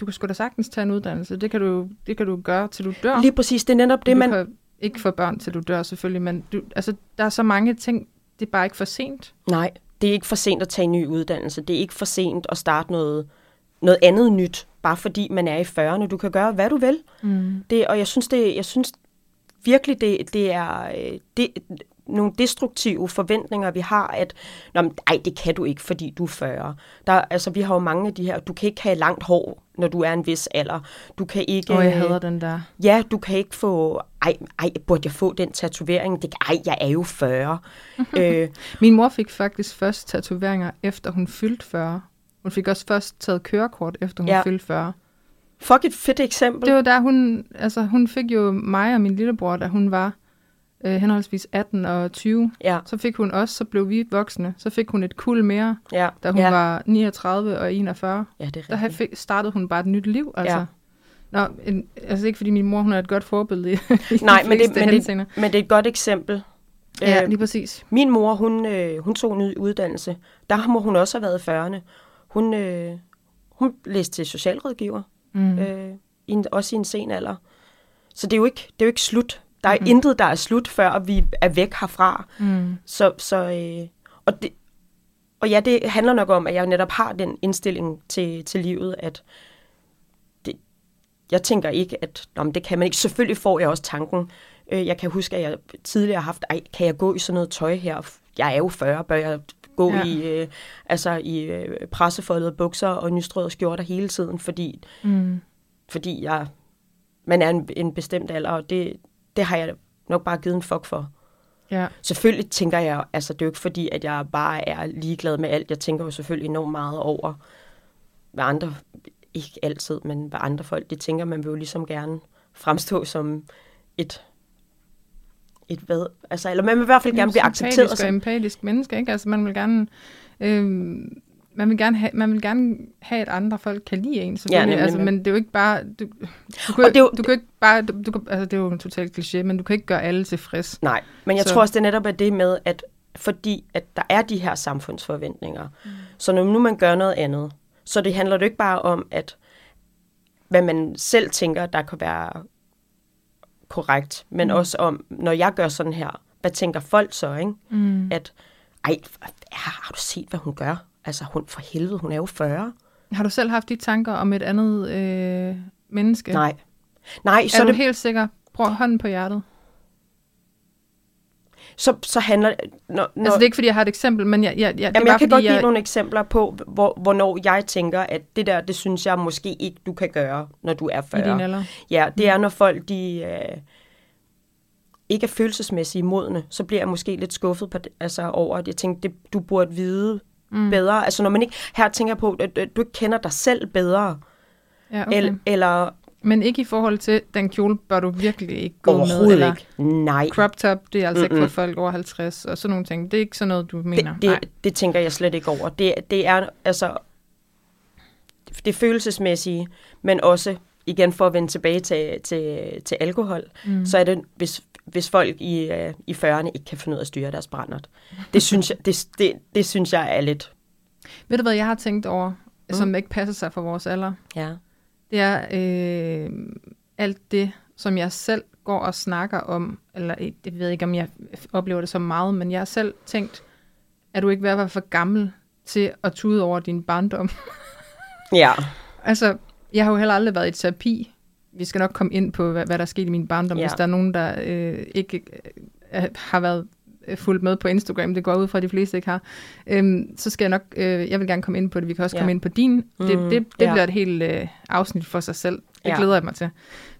[SPEAKER 2] du kan sgu da sagtens tage en uddannelse. Det kan du, det kan du gøre, til du dør.
[SPEAKER 1] Lige præcis, det er netop det,
[SPEAKER 2] du
[SPEAKER 1] man...
[SPEAKER 2] Kan ikke få børn, til du dør selvfølgelig, men du, altså, der er så mange ting, det er bare ikke for sent.
[SPEAKER 1] Nej, det er ikke for sent at tage en ny uddannelse. Det er ikke for sent at starte noget, noget andet nyt, bare fordi man er i 40'erne. Du kan gøre, hvad du vil.
[SPEAKER 2] Mm.
[SPEAKER 1] Det, og jeg synes, det, jeg synes virkelig, det, det er... øh, Det, nogle destruktive forventninger, vi har, at Nå, men, ej, det kan du ikke, fordi du er 40. Der, altså, vi har jo mange af de her, du kan ikke have langt hår, når du er en vis alder. Du kan ikke... øh,
[SPEAKER 2] Åh, oh, jeg hader den der.
[SPEAKER 1] Ja, du kan ikke få... Ej, ej burde jeg få den tatovering? Det, ej, jeg er jo 40.
[SPEAKER 2] øh, Min mor fik faktisk først tatoveringer, efter hun fyldte 40. Hun fik også først taget kørekort, efter hun ja. fyldte 40.
[SPEAKER 1] Fuck et fedt eksempel.
[SPEAKER 2] Det var der, hun, altså, hun fik jo mig og min lillebror, da hun var øh, henholdsvis 18 og 20.
[SPEAKER 1] Ja.
[SPEAKER 2] Så fik hun også, så blev vi voksne. Så fik hun et kul mere,
[SPEAKER 1] ja.
[SPEAKER 2] da hun
[SPEAKER 1] ja.
[SPEAKER 2] var 39 og 41.
[SPEAKER 1] Ja, det er rigtigt.
[SPEAKER 2] Der fik, startede hun bare et nyt liv, altså. Ja. Nå, en, altså ikke fordi min mor, hun er et godt forbillede i
[SPEAKER 1] Nej, men det, men, det, men det er et godt eksempel.
[SPEAKER 2] Ja, øh, lige præcis.
[SPEAKER 1] Min mor, hun, øh, hun tog en ny uddannelse. Der må hun også have været i 40'erne. Hun, øh, hun læste til socialrådgiver,
[SPEAKER 2] mm.
[SPEAKER 1] øh, i en, også i en sen alder. Så det er jo ikke, det er jo ikke slut der er mm. intet, der er slut, før vi er væk herfra.
[SPEAKER 2] Mm.
[SPEAKER 1] Så, så, øh, og, det, og ja, det handler nok om, at jeg netop har den indstilling til, til livet, at det, jeg tænker ikke, at nå, men det kan man ikke. Selvfølgelig får jeg også tanken. Øh, jeg kan huske, at jeg tidligere har haft, ej, kan jeg gå i sådan noget tøj her? Jeg er jo 40, bør jeg gå ja. i, øh, altså i øh, pressefoldede bukser og nystrøede skjorter hele tiden, fordi,
[SPEAKER 2] mm.
[SPEAKER 1] fordi jeg, man er en, en bestemt alder, og det, det har jeg nok bare givet en fuck for.
[SPEAKER 2] Ja.
[SPEAKER 1] Selvfølgelig tænker jeg, altså det er jo ikke fordi, at jeg bare er ligeglad med alt. Jeg tænker jo selvfølgelig enormt meget over, hvad andre, ikke altid, men hvad andre folk, de tænker, man vil jo ligesom gerne fremstå som et, et hvad, altså, eller man vil i hvert fald gerne blive accepteret.
[SPEAKER 2] Empatisk og empatisk menneske, ikke? Altså man vil gerne, øh, man vil gerne have, man vil gerne have, at andre folk kan lide en, selvfølgelig. Ja, nemlig, altså, men det er jo ikke bare... Du, du, kan, det jo, du kan ikke bare... Du, du, altså, det er jo en total kliché, men du kan ikke gøre alle tilfreds.
[SPEAKER 1] Nej, men jeg så. tror også, det netop er det med, at fordi at der er de her samfundsforventninger, mm. så når nu man gør noget andet, så det handler det ikke bare om, at hvad man selv tænker, der kan være korrekt, men mm. også om, når jeg gør sådan her, hvad tænker folk så, ikke?
[SPEAKER 2] Mm.
[SPEAKER 1] At, ej, har du set, hvad hun gør? Altså, hun, for helvede, hun er jo 40.
[SPEAKER 2] Har du selv haft de tanker om et andet øh, menneske?
[SPEAKER 1] Nej. Nej,
[SPEAKER 2] så er du det... helt sikker? Prøv hånden på hjertet.
[SPEAKER 1] Så, så handler
[SPEAKER 2] når, når... Altså, det er ikke, fordi jeg har et eksempel, men jeg... jeg, jeg, det
[SPEAKER 1] Jamen,
[SPEAKER 2] bare,
[SPEAKER 1] jeg kan
[SPEAKER 2] fordi,
[SPEAKER 1] godt give
[SPEAKER 2] jeg...
[SPEAKER 1] nogle eksempler på, hvor, hvornår jeg tænker, at det der, det synes jeg måske ikke, du kan gøre, når du er 40.
[SPEAKER 2] I din alder? Mm.
[SPEAKER 1] Ja, det er, når folk, de... Øh, ikke er følelsesmæssigt modne, så bliver jeg måske lidt skuffet på det, altså over, at jeg tænkte, det, du burde vide mm. bedre. Altså når man ikke, her tænker jeg på, at du ikke kender dig selv bedre.
[SPEAKER 2] Ja, okay.
[SPEAKER 1] eller, eller
[SPEAKER 2] men ikke i forhold til, den kjole bør du virkelig ikke gå
[SPEAKER 1] med.
[SPEAKER 2] Eller
[SPEAKER 1] ikke. Nej.
[SPEAKER 2] Crop top, det er altså Mm-mm. ikke for folk over 50 og sådan nogle ting. Det er ikke sådan noget, du mener.
[SPEAKER 1] Det, det, Nej. det tænker jeg slet ikke over. Det, det er altså det følelsesmæssige, men også igen for at vende tilbage til, til, til alkohol, mm. så er det, hvis, hvis folk i, øh, i 40'erne ikke kan finde ud af at styre deres brændert. Det synes jeg, det, det, det synes jeg er lidt...
[SPEAKER 2] Ved du hvad, jeg har tænkt over, mm. som ikke passer sig for vores alder?
[SPEAKER 1] Ja.
[SPEAKER 2] det er øh, alt det, som jeg selv går og snakker om, eller øh, det ved jeg ikke, om jeg oplever det så meget, men jeg har selv tænkt, er du ikke ved at være for gammel til at tude over din barndom?
[SPEAKER 1] Ja.
[SPEAKER 2] altså, jeg har jo heller aldrig været i terapi. Vi skal nok komme ind på, hvad, hvad der skete i min barndom,
[SPEAKER 1] Ja.
[SPEAKER 2] ja. hvis der er nogen, der øh, ikke øh, har været øh, fulgt med på Instagram, det går jeg ud fra, at de fleste ikke har, øhm, så skal jeg nok, øh, jeg vil gerne komme ind på det, vi kan også
[SPEAKER 1] Ja. Mm,
[SPEAKER 2] komme ind på din, det, det, det
[SPEAKER 1] ja.
[SPEAKER 2] bliver et helt øh, afsnit for sig selv, det
[SPEAKER 1] Ja.
[SPEAKER 2] glæder jeg mig til.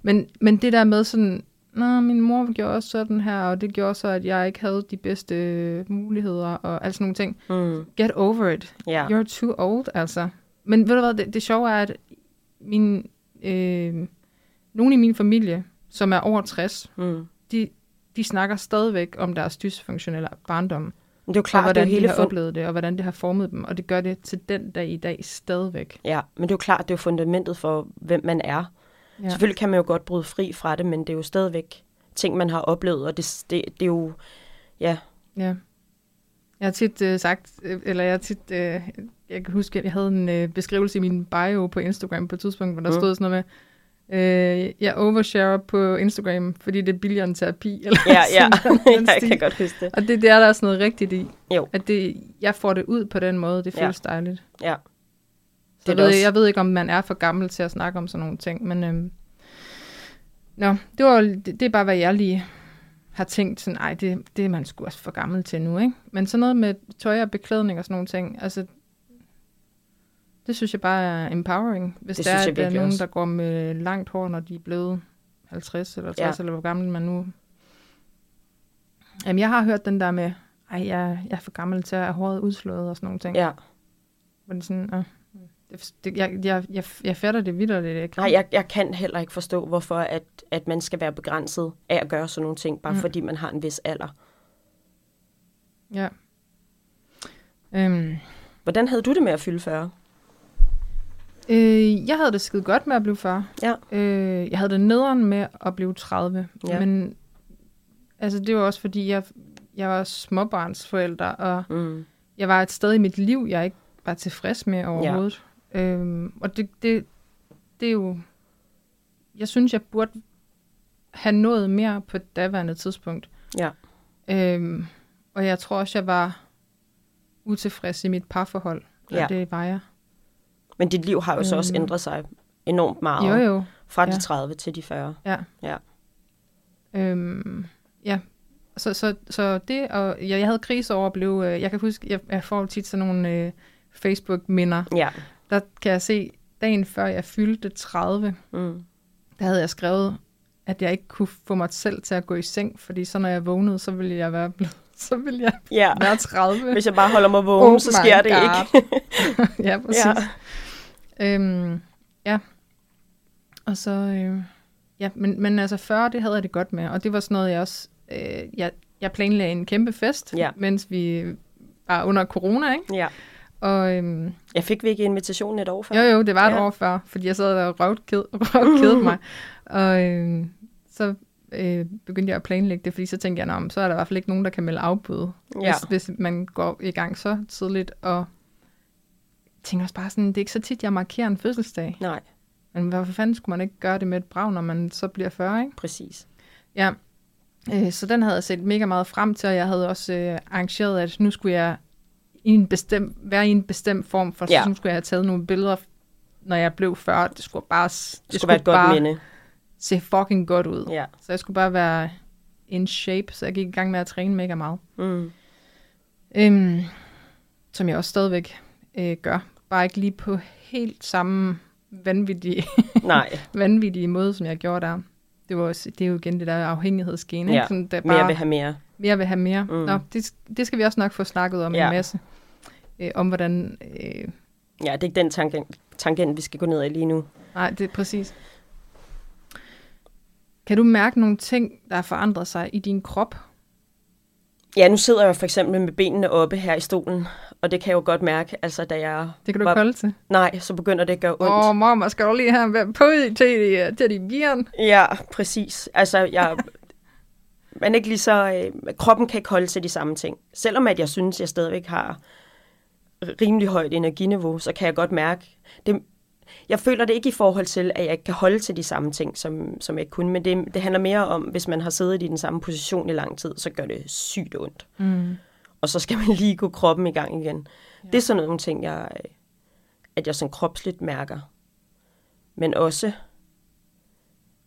[SPEAKER 2] Men, men det der med sådan, Nå, min mor gjorde også sådan her, og det gjorde så, at jeg ikke havde de bedste øh, muligheder, og alt sådan nogle ting.
[SPEAKER 1] Mm.
[SPEAKER 2] Get over it.
[SPEAKER 1] Ja.
[SPEAKER 2] You're too old, altså. Men ved du hvad, det, det sjove er, at min, øh, nogen i min familie, som er over 60,
[SPEAKER 1] Mm.
[SPEAKER 2] de, de snakker stadigvæk om deres dysfunktionelle barndom.
[SPEAKER 1] Men det er jo
[SPEAKER 2] og
[SPEAKER 1] klart, det er
[SPEAKER 2] hvordan
[SPEAKER 1] jo hele
[SPEAKER 2] de har
[SPEAKER 1] fun-
[SPEAKER 2] oplevet det, og hvordan det har formet dem. Og det gør det til den dag i dag stadigvæk.
[SPEAKER 1] Ja, men det er jo klart, det er jo fundamentet for, hvem man er. Ja.
[SPEAKER 2] Ja.
[SPEAKER 1] Selvfølgelig kan man jo godt bryde fri fra det, men det er jo stadigvæk ting, man har oplevet, og det, det, det er jo, ja,
[SPEAKER 2] Ja. Jeg har tit øh, sagt, øh, eller jeg har tit, øh, jeg kan huske, at jeg havde en øh, beskrivelse i min bio på Instagram på et tidspunkt, hvor der
[SPEAKER 1] Mm.
[SPEAKER 2] stod sådan noget med, øh, jeg oversharer på Instagram, fordi det er billigere end terapi. Eller
[SPEAKER 1] ja, ja.
[SPEAKER 2] sådan noget i den
[SPEAKER 1] jeg
[SPEAKER 2] stil.
[SPEAKER 1] kan godt huske det.
[SPEAKER 2] Og det, det er der også noget rigtigt i.
[SPEAKER 1] Jo.
[SPEAKER 2] At det, jeg får det ud på den måde, det
[SPEAKER 1] Ja.
[SPEAKER 2] føles ja. dejligt.
[SPEAKER 1] Ja. er
[SPEAKER 2] Så jeg
[SPEAKER 1] da
[SPEAKER 2] ved,
[SPEAKER 1] også-
[SPEAKER 2] jeg ved ikke, om man er for gammel til at snakke om sådan nogle ting, men øhm, nå, det, var, det, det er bare, hvad jeg lige har tænkt, sådan, ej, det, det er man sgu også for gammel til nu, ikke? Men sådan noget med tøj og beklædning og sådan nogle ting, altså, det synes jeg bare er empowering, hvis
[SPEAKER 1] Det
[SPEAKER 2] det der,
[SPEAKER 1] synes
[SPEAKER 2] er,
[SPEAKER 1] jeg
[SPEAKER 2] at der er
[SPEAKER 1] virkelig
[SPEAKER 2] nogen,
[SPEAKER 1] også.
[SPEAKER 2] der går med langt hår, når de er blevet 50 eller 60, ja. eller hvor gammel man nu Jamen, jeg har hørt den der med, ej, jeg, jeg er for gammel til at have håret udslået og sådan nogle ting.
[SPEAKER 1] Ja.
[SPEAKER 2] Men sådan, ah, det, det, jeg, jeg, jeg, jeg fatter det vidt, det ikke.
[SPEAKER 1] Nej, jeg, jeg kan heller ikke forstå, hvorfor at, at man skal være begrænset af at gøre sådan nogle ting, bare mm.
[SPEAKER 2] Mm.
[SPEAKER 1] fordi man har en vis alder.
[SPEAKER 2] Ja. Øhm,
[SPEAKER 1] Hvordan havde du det med at fylde 40?
[SPEAKER 2] øh, jeg havde det skide godt med at blive far.
[SPEAKER 1] Ja.
[SPEAKER 2] Øh, jeg havde det nederen med at blive 30.
[SPEAKER 1] Ja.
[SPEAKER 2] Men altså, det var også fordi, jeg, jeg var småbarnsforælder, og
[SPEAKER 1] Mm.
[SPEAKER 2] jeg var et sted i mit liv, jeg ikke var tilfreds med overhovedet. Ja. Øhm, og det, det, det er jo... Jeg synes, jeg burde have nået mere på et daværende tidspunkt.
[SPEAKER 1] Ja.
[SPEAKER 2] Øhm, og jeg tror også, jeg var utilfreds i mit parforhold. Eller
[SPEAKER 1] Ja.
[SPEAKER 2] ja. det var jeg.
[SPEAKER 1] Men dit liv har jo så også
[SPEAKER 2] Mm.
[SPEAKER 1] ændret sig enormt meget.
[SPEAKER 2] Jo, jo.
[SPEAKER 1] Fra de
[SPEAKER 2] Ja.
[SPEAKER 1] 30 til de 40.
[SPEAKER 2] Øhm, ja. Så, så, så det, og jeg, jeg havde krise over at blive... Øh, jeg kan huske, jeg, jeg får jo tit sådan nogle øh, Facebook-minder.
[SPEAKER 1] Ja.
[SPEAKER 2] Der kan jeg se, dagen før jeg fyldte 30,
[SPEAKER 1] Mm.
[SPEAKER 2] der havde jeg skrevet, at jeg ikke kunne få mig selv til at gå i seng, fordi så når jeg vågnede, så ville jeg være, blevet- så ville jeg
[SPEAKER 1] Ja.
[SPEAKER 2] være 30.
[SPEAKER 1] Hvis jeg bare holder mig vågen,
[SPEAKER 2] Oh
[SPEAKER 1] så
[SPEAKER 2] my
[SPEAKER 1] sker det
[SPEAKER 2] God.
[SPEAKER 1] ikke.
[SPEAKER 2] ja, præcis. Ja. Øhm, ja. Og så, øh, ja, men, men altså 40, det havde jeg det godt med, og det var sådan noget, jeg også, øh, jeg, jeg planlagde en kæmpe fest,
[SPEAKER 1] Ja.
[SPEAKER 2] mens vi var under corona, ikke?
[SPEAKER 1] Ja.
[SPEAKER 2] Og øhm,
[SPEAKER 1] Jeg fik vi ikke invitationen et år før?
[SPEAKER 2] Jo, jo, det var et
[SPEAKER 1] Ja.
[SPEAKER 2] ja. år før, fordi jeg sad der og røvked, røvkedede mig. Og øh, så øh, begyndte jeg at planlægge det, fordi så tænkte jeg, "Nå, men så er der i hvert fald ikke nogen, der kan melde afbud,
[SPEAKER 1] Ja.
[SPEAKER 2] ja. hvis, hvis man går i gang så tidligt. Og jeg tænker også bare sådan, det er ikke så tit, jeg markerer en fødselsdag.
[SPEAKER 1] Nej,
[SPEAKER 2] Men hvorfor fanden skulle man ikke gøre det med et brag, når man så bliver 40, ikke?
[SPEAKER 1] præcis.
[SPEAKER 2] Ja. Øh, så den havde jeg set mega meget frem til, og jeg havde også øh, arrangeret, at nu skulle jeg i en bestemt, være i en bestemt form, for
[SPEAKER 1] Ja.
[SPEAKER 2] ja. så nu skulle jeg have taget nogle billeder, når jeg blev 40. Det skulle bare, s-
[SPEAKER 1] Det, skulle være et godt
[SPEAKER 2] bare
[SPEAKER 1] minde.
[SPEAKER 2] se fucking godt ud.
[SPEAKER 1] Ja.
[SPEAKER 2] Så jeg skulle bare være in shape, så jeg gik i gang med at træne mega meget.
[SPEAKER 1] Mm.
[SPEAKER 2] Øhm, som jeg også stadigvæk øh, gør. Bare ikke lige på helt samme vanvittige,
[SPEAKER 1] Nej,
[SPEAKER 2] vanvittige måde, som jeg gjorde der. Det, var også, det er jo igen det der afhængighedsgene.
[SPEAKER 1] Ja,
[SPEAKER 2] ikke? Sådan, der
[SPEAKER 1] mere vil have mere.
[SPEAKER 2] mere vil have mere.
[SPEAKER 1] Mm.
[SPEAKER 2] Mm. Nå, det, det skal vi også nok få snakket om
[SPEAKER 1] Ja.
[SPEAKER 2] en masse. Øh, om hvordan... Øh,
[SPEAKER 1] Ja, det er ikke den tangent, tangent vi skal gå ned ad lige nu.
[SPEAKER 2] nej, det er præcis. Kan du mærke nogle ting, der har forandret sig i din krop?
[SPEAKER 1] Ja, nu sidder jeg for eksempel med benene oppe her i stolen, og det kan jeg jo godt mærke, altså da jeg...
[SPEAKER 2] Det kan du
[SPEAKER 1] var-
[SPEAKER 2] ikke holde til.
[SPEAKER 1] Nej, så begynder det at gøre ondt.
[SPEAKER 2] Åh, oh, mamma, skal du lige have en på til, øh, til din bjørn?
[SPEAKER 1] Ja, præcis. Altså, jeg... Man er ikke lige så... Øh, kroppen kan ikke holde til de samme ting. Selvom at jeg synes, jeg stadigvæk har rimelig højt energiniveau, så kan jeg godt mærke... Det, jeg føler det ikke i forhold til, at jeg ikke kan holde til de samme ting, som, som jeg kunne, men det, det handler mere om, hvis man har siddet i den samme position i lang tid, så gør det sygt ondt.
[SPEAKER 2] Mm.
[SPEAKER 1] Og så skal man lige gå kroppen i gang igen. Ja. Det er sådan nogle ting, jeg, øh, at jeg sådan kropsligt mærker. Men også,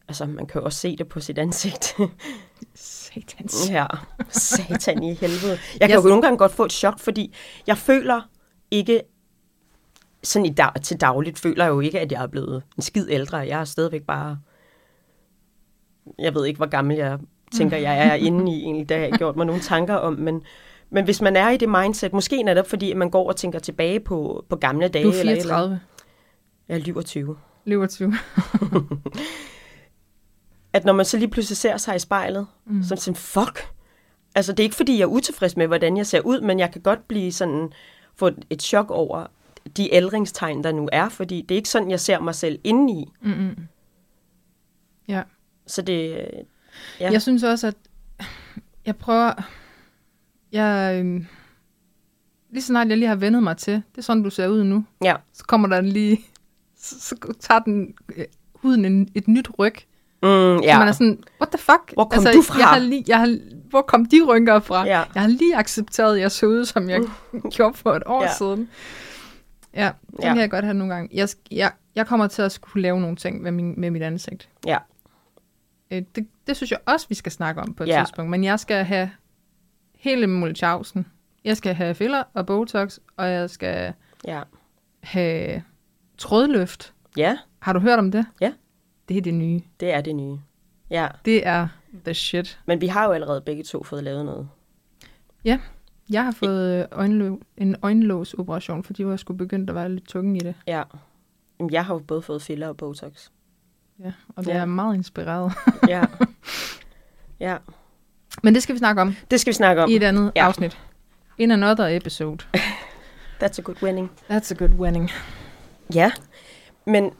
[SPEAKER 1] altså man kan jo også se det på sit ansigt.
[SPEAKER 2] Satans.
[SPEAKER 1] Ja, satan i helvede. Jeg kan jo nogle gange godt få et chok, fordi jeg føler ikke, sådan i dag, til dagligt føler jeg jo ikke, at jeg er blevet en skid ældre. Jeg er stadigvæk bare, jeg ved ikke, hvor gammel jeg tænker, jeg er inde i egentlig. Det har jeg ikke gjort mig nogle tanker om, men, men hvis man er i det mindset, måske netop fordi, at man går og tænker tilbage på, på gamle dage.
[SPEAKER 2] Du er
[SPEAKER 1] eller et eller andet.
[SPEAKER 2] 34.
[SPEAKER 1] Jeg lyver 20.
[SPEAKER 2] Lever 20.
[SPEAKER 1] at når man så lige pludselig ser sig i spejlet, mm. så er man sådan, fuck. Altså, det er ikke, fordi jeg er utilfreds med, hvordan jeg ser ud, men jeg kan godt blive sådan, få et chok over de ældringstegn, der nu er, fordi det er ikke sådan, jeg ser mig selv indeni.
[SPEAKER 2] Mm-mm. Ja.
[SPEAKER 1] Så det, Ja.
[SPEAKER 2] Ja. Jeg synes også, at jeg prøver... Jeg, øhm, lige så snart jeg lige har vendet mig til, det er sådan, du ser ud nu,
[SPEAKER 1] ja,
[SPEAKER 2] så kommer der lige... Så, så tager den øh, huden en, et nyt ryg.
[SPEAKER 1] mm,
[SPEAKER 2] Ja.
[SPEAKER 1] ja.
[SPEAKER 2] Man er sådan, what the fuck? Altså,
[SPEAKER 1] Hvor kom du fra?
[SPEAKER 2] Jeg har lige, jeg har, hvor kom de rynker fra?
[SPEAKER 1] Ja. Uh.
[SPEAKER 2] Jeg har lige accepteret, at jeg så ud, som jeg gjorde for et år
[SPEAKER 1] Ja.
[SPEAKER 2] ja. siden. Ja, det
[SPEAKER 1] Ja.
[SPEAKER 2] ja. kan jeg godt have nogle gange. Jeg, sk- jeg, jeg kommer til at skulle lave nogle ting med, min, med mit ansigt.
[SPEAKER 1] ja,
[SPEAKER 2] Øh, det, det synes jeg også, vi skal snakke om på et
[SPEAKER 1] Ja.
[SPEAKER 2] ja. tidspunkt. Men jeg skal have hele Mulchausen. Jeg skal have filler og Botox, og jeg skal
[SPEAKER 1] ja,
[SPEAKER 2] have trådløft.
[SPEAKER 1] ja,
[SPEAKER 2] Har du hørt om det?
[SPEAKER 1] Ja.
[SPEAKER 2] Det er det nye.
[SPEAKER 1] det er det nye. Ja,
[SPEAKER 2] Det er the shit.
[SPEAKER 1] men vi har jo allerede begge to fået lavet noget.
[SPEAKER 2] Jeg har fået øh, øjenlø- en øjenlåsoperation, fordi jeg skulle begyndt at være lidt tunge i det.
[SPEAKER 1] Ja. Jamen, jeg har jo både fået filler og botox.
[SPEAKER 2] Ja, og det
[SPEAKER 1] Ja.
[SPEAKER 2] ja. er meget inspireret.
[SPEAKER 1] Ja. ja,
[SPEAKER 2] Men det skal vi snakke om
[SPEAKER 1] det skal vi snakke om.
[SPEAKER 2] i et andet
[SPEAKER 1] Ja.
[SPEAKER 2] ja. afsnit. In another episode.
[SPEAKER 1] That's a good winning.
[SPEAKER 2] That's a good winning.
[SPEAKER 1] Ja, men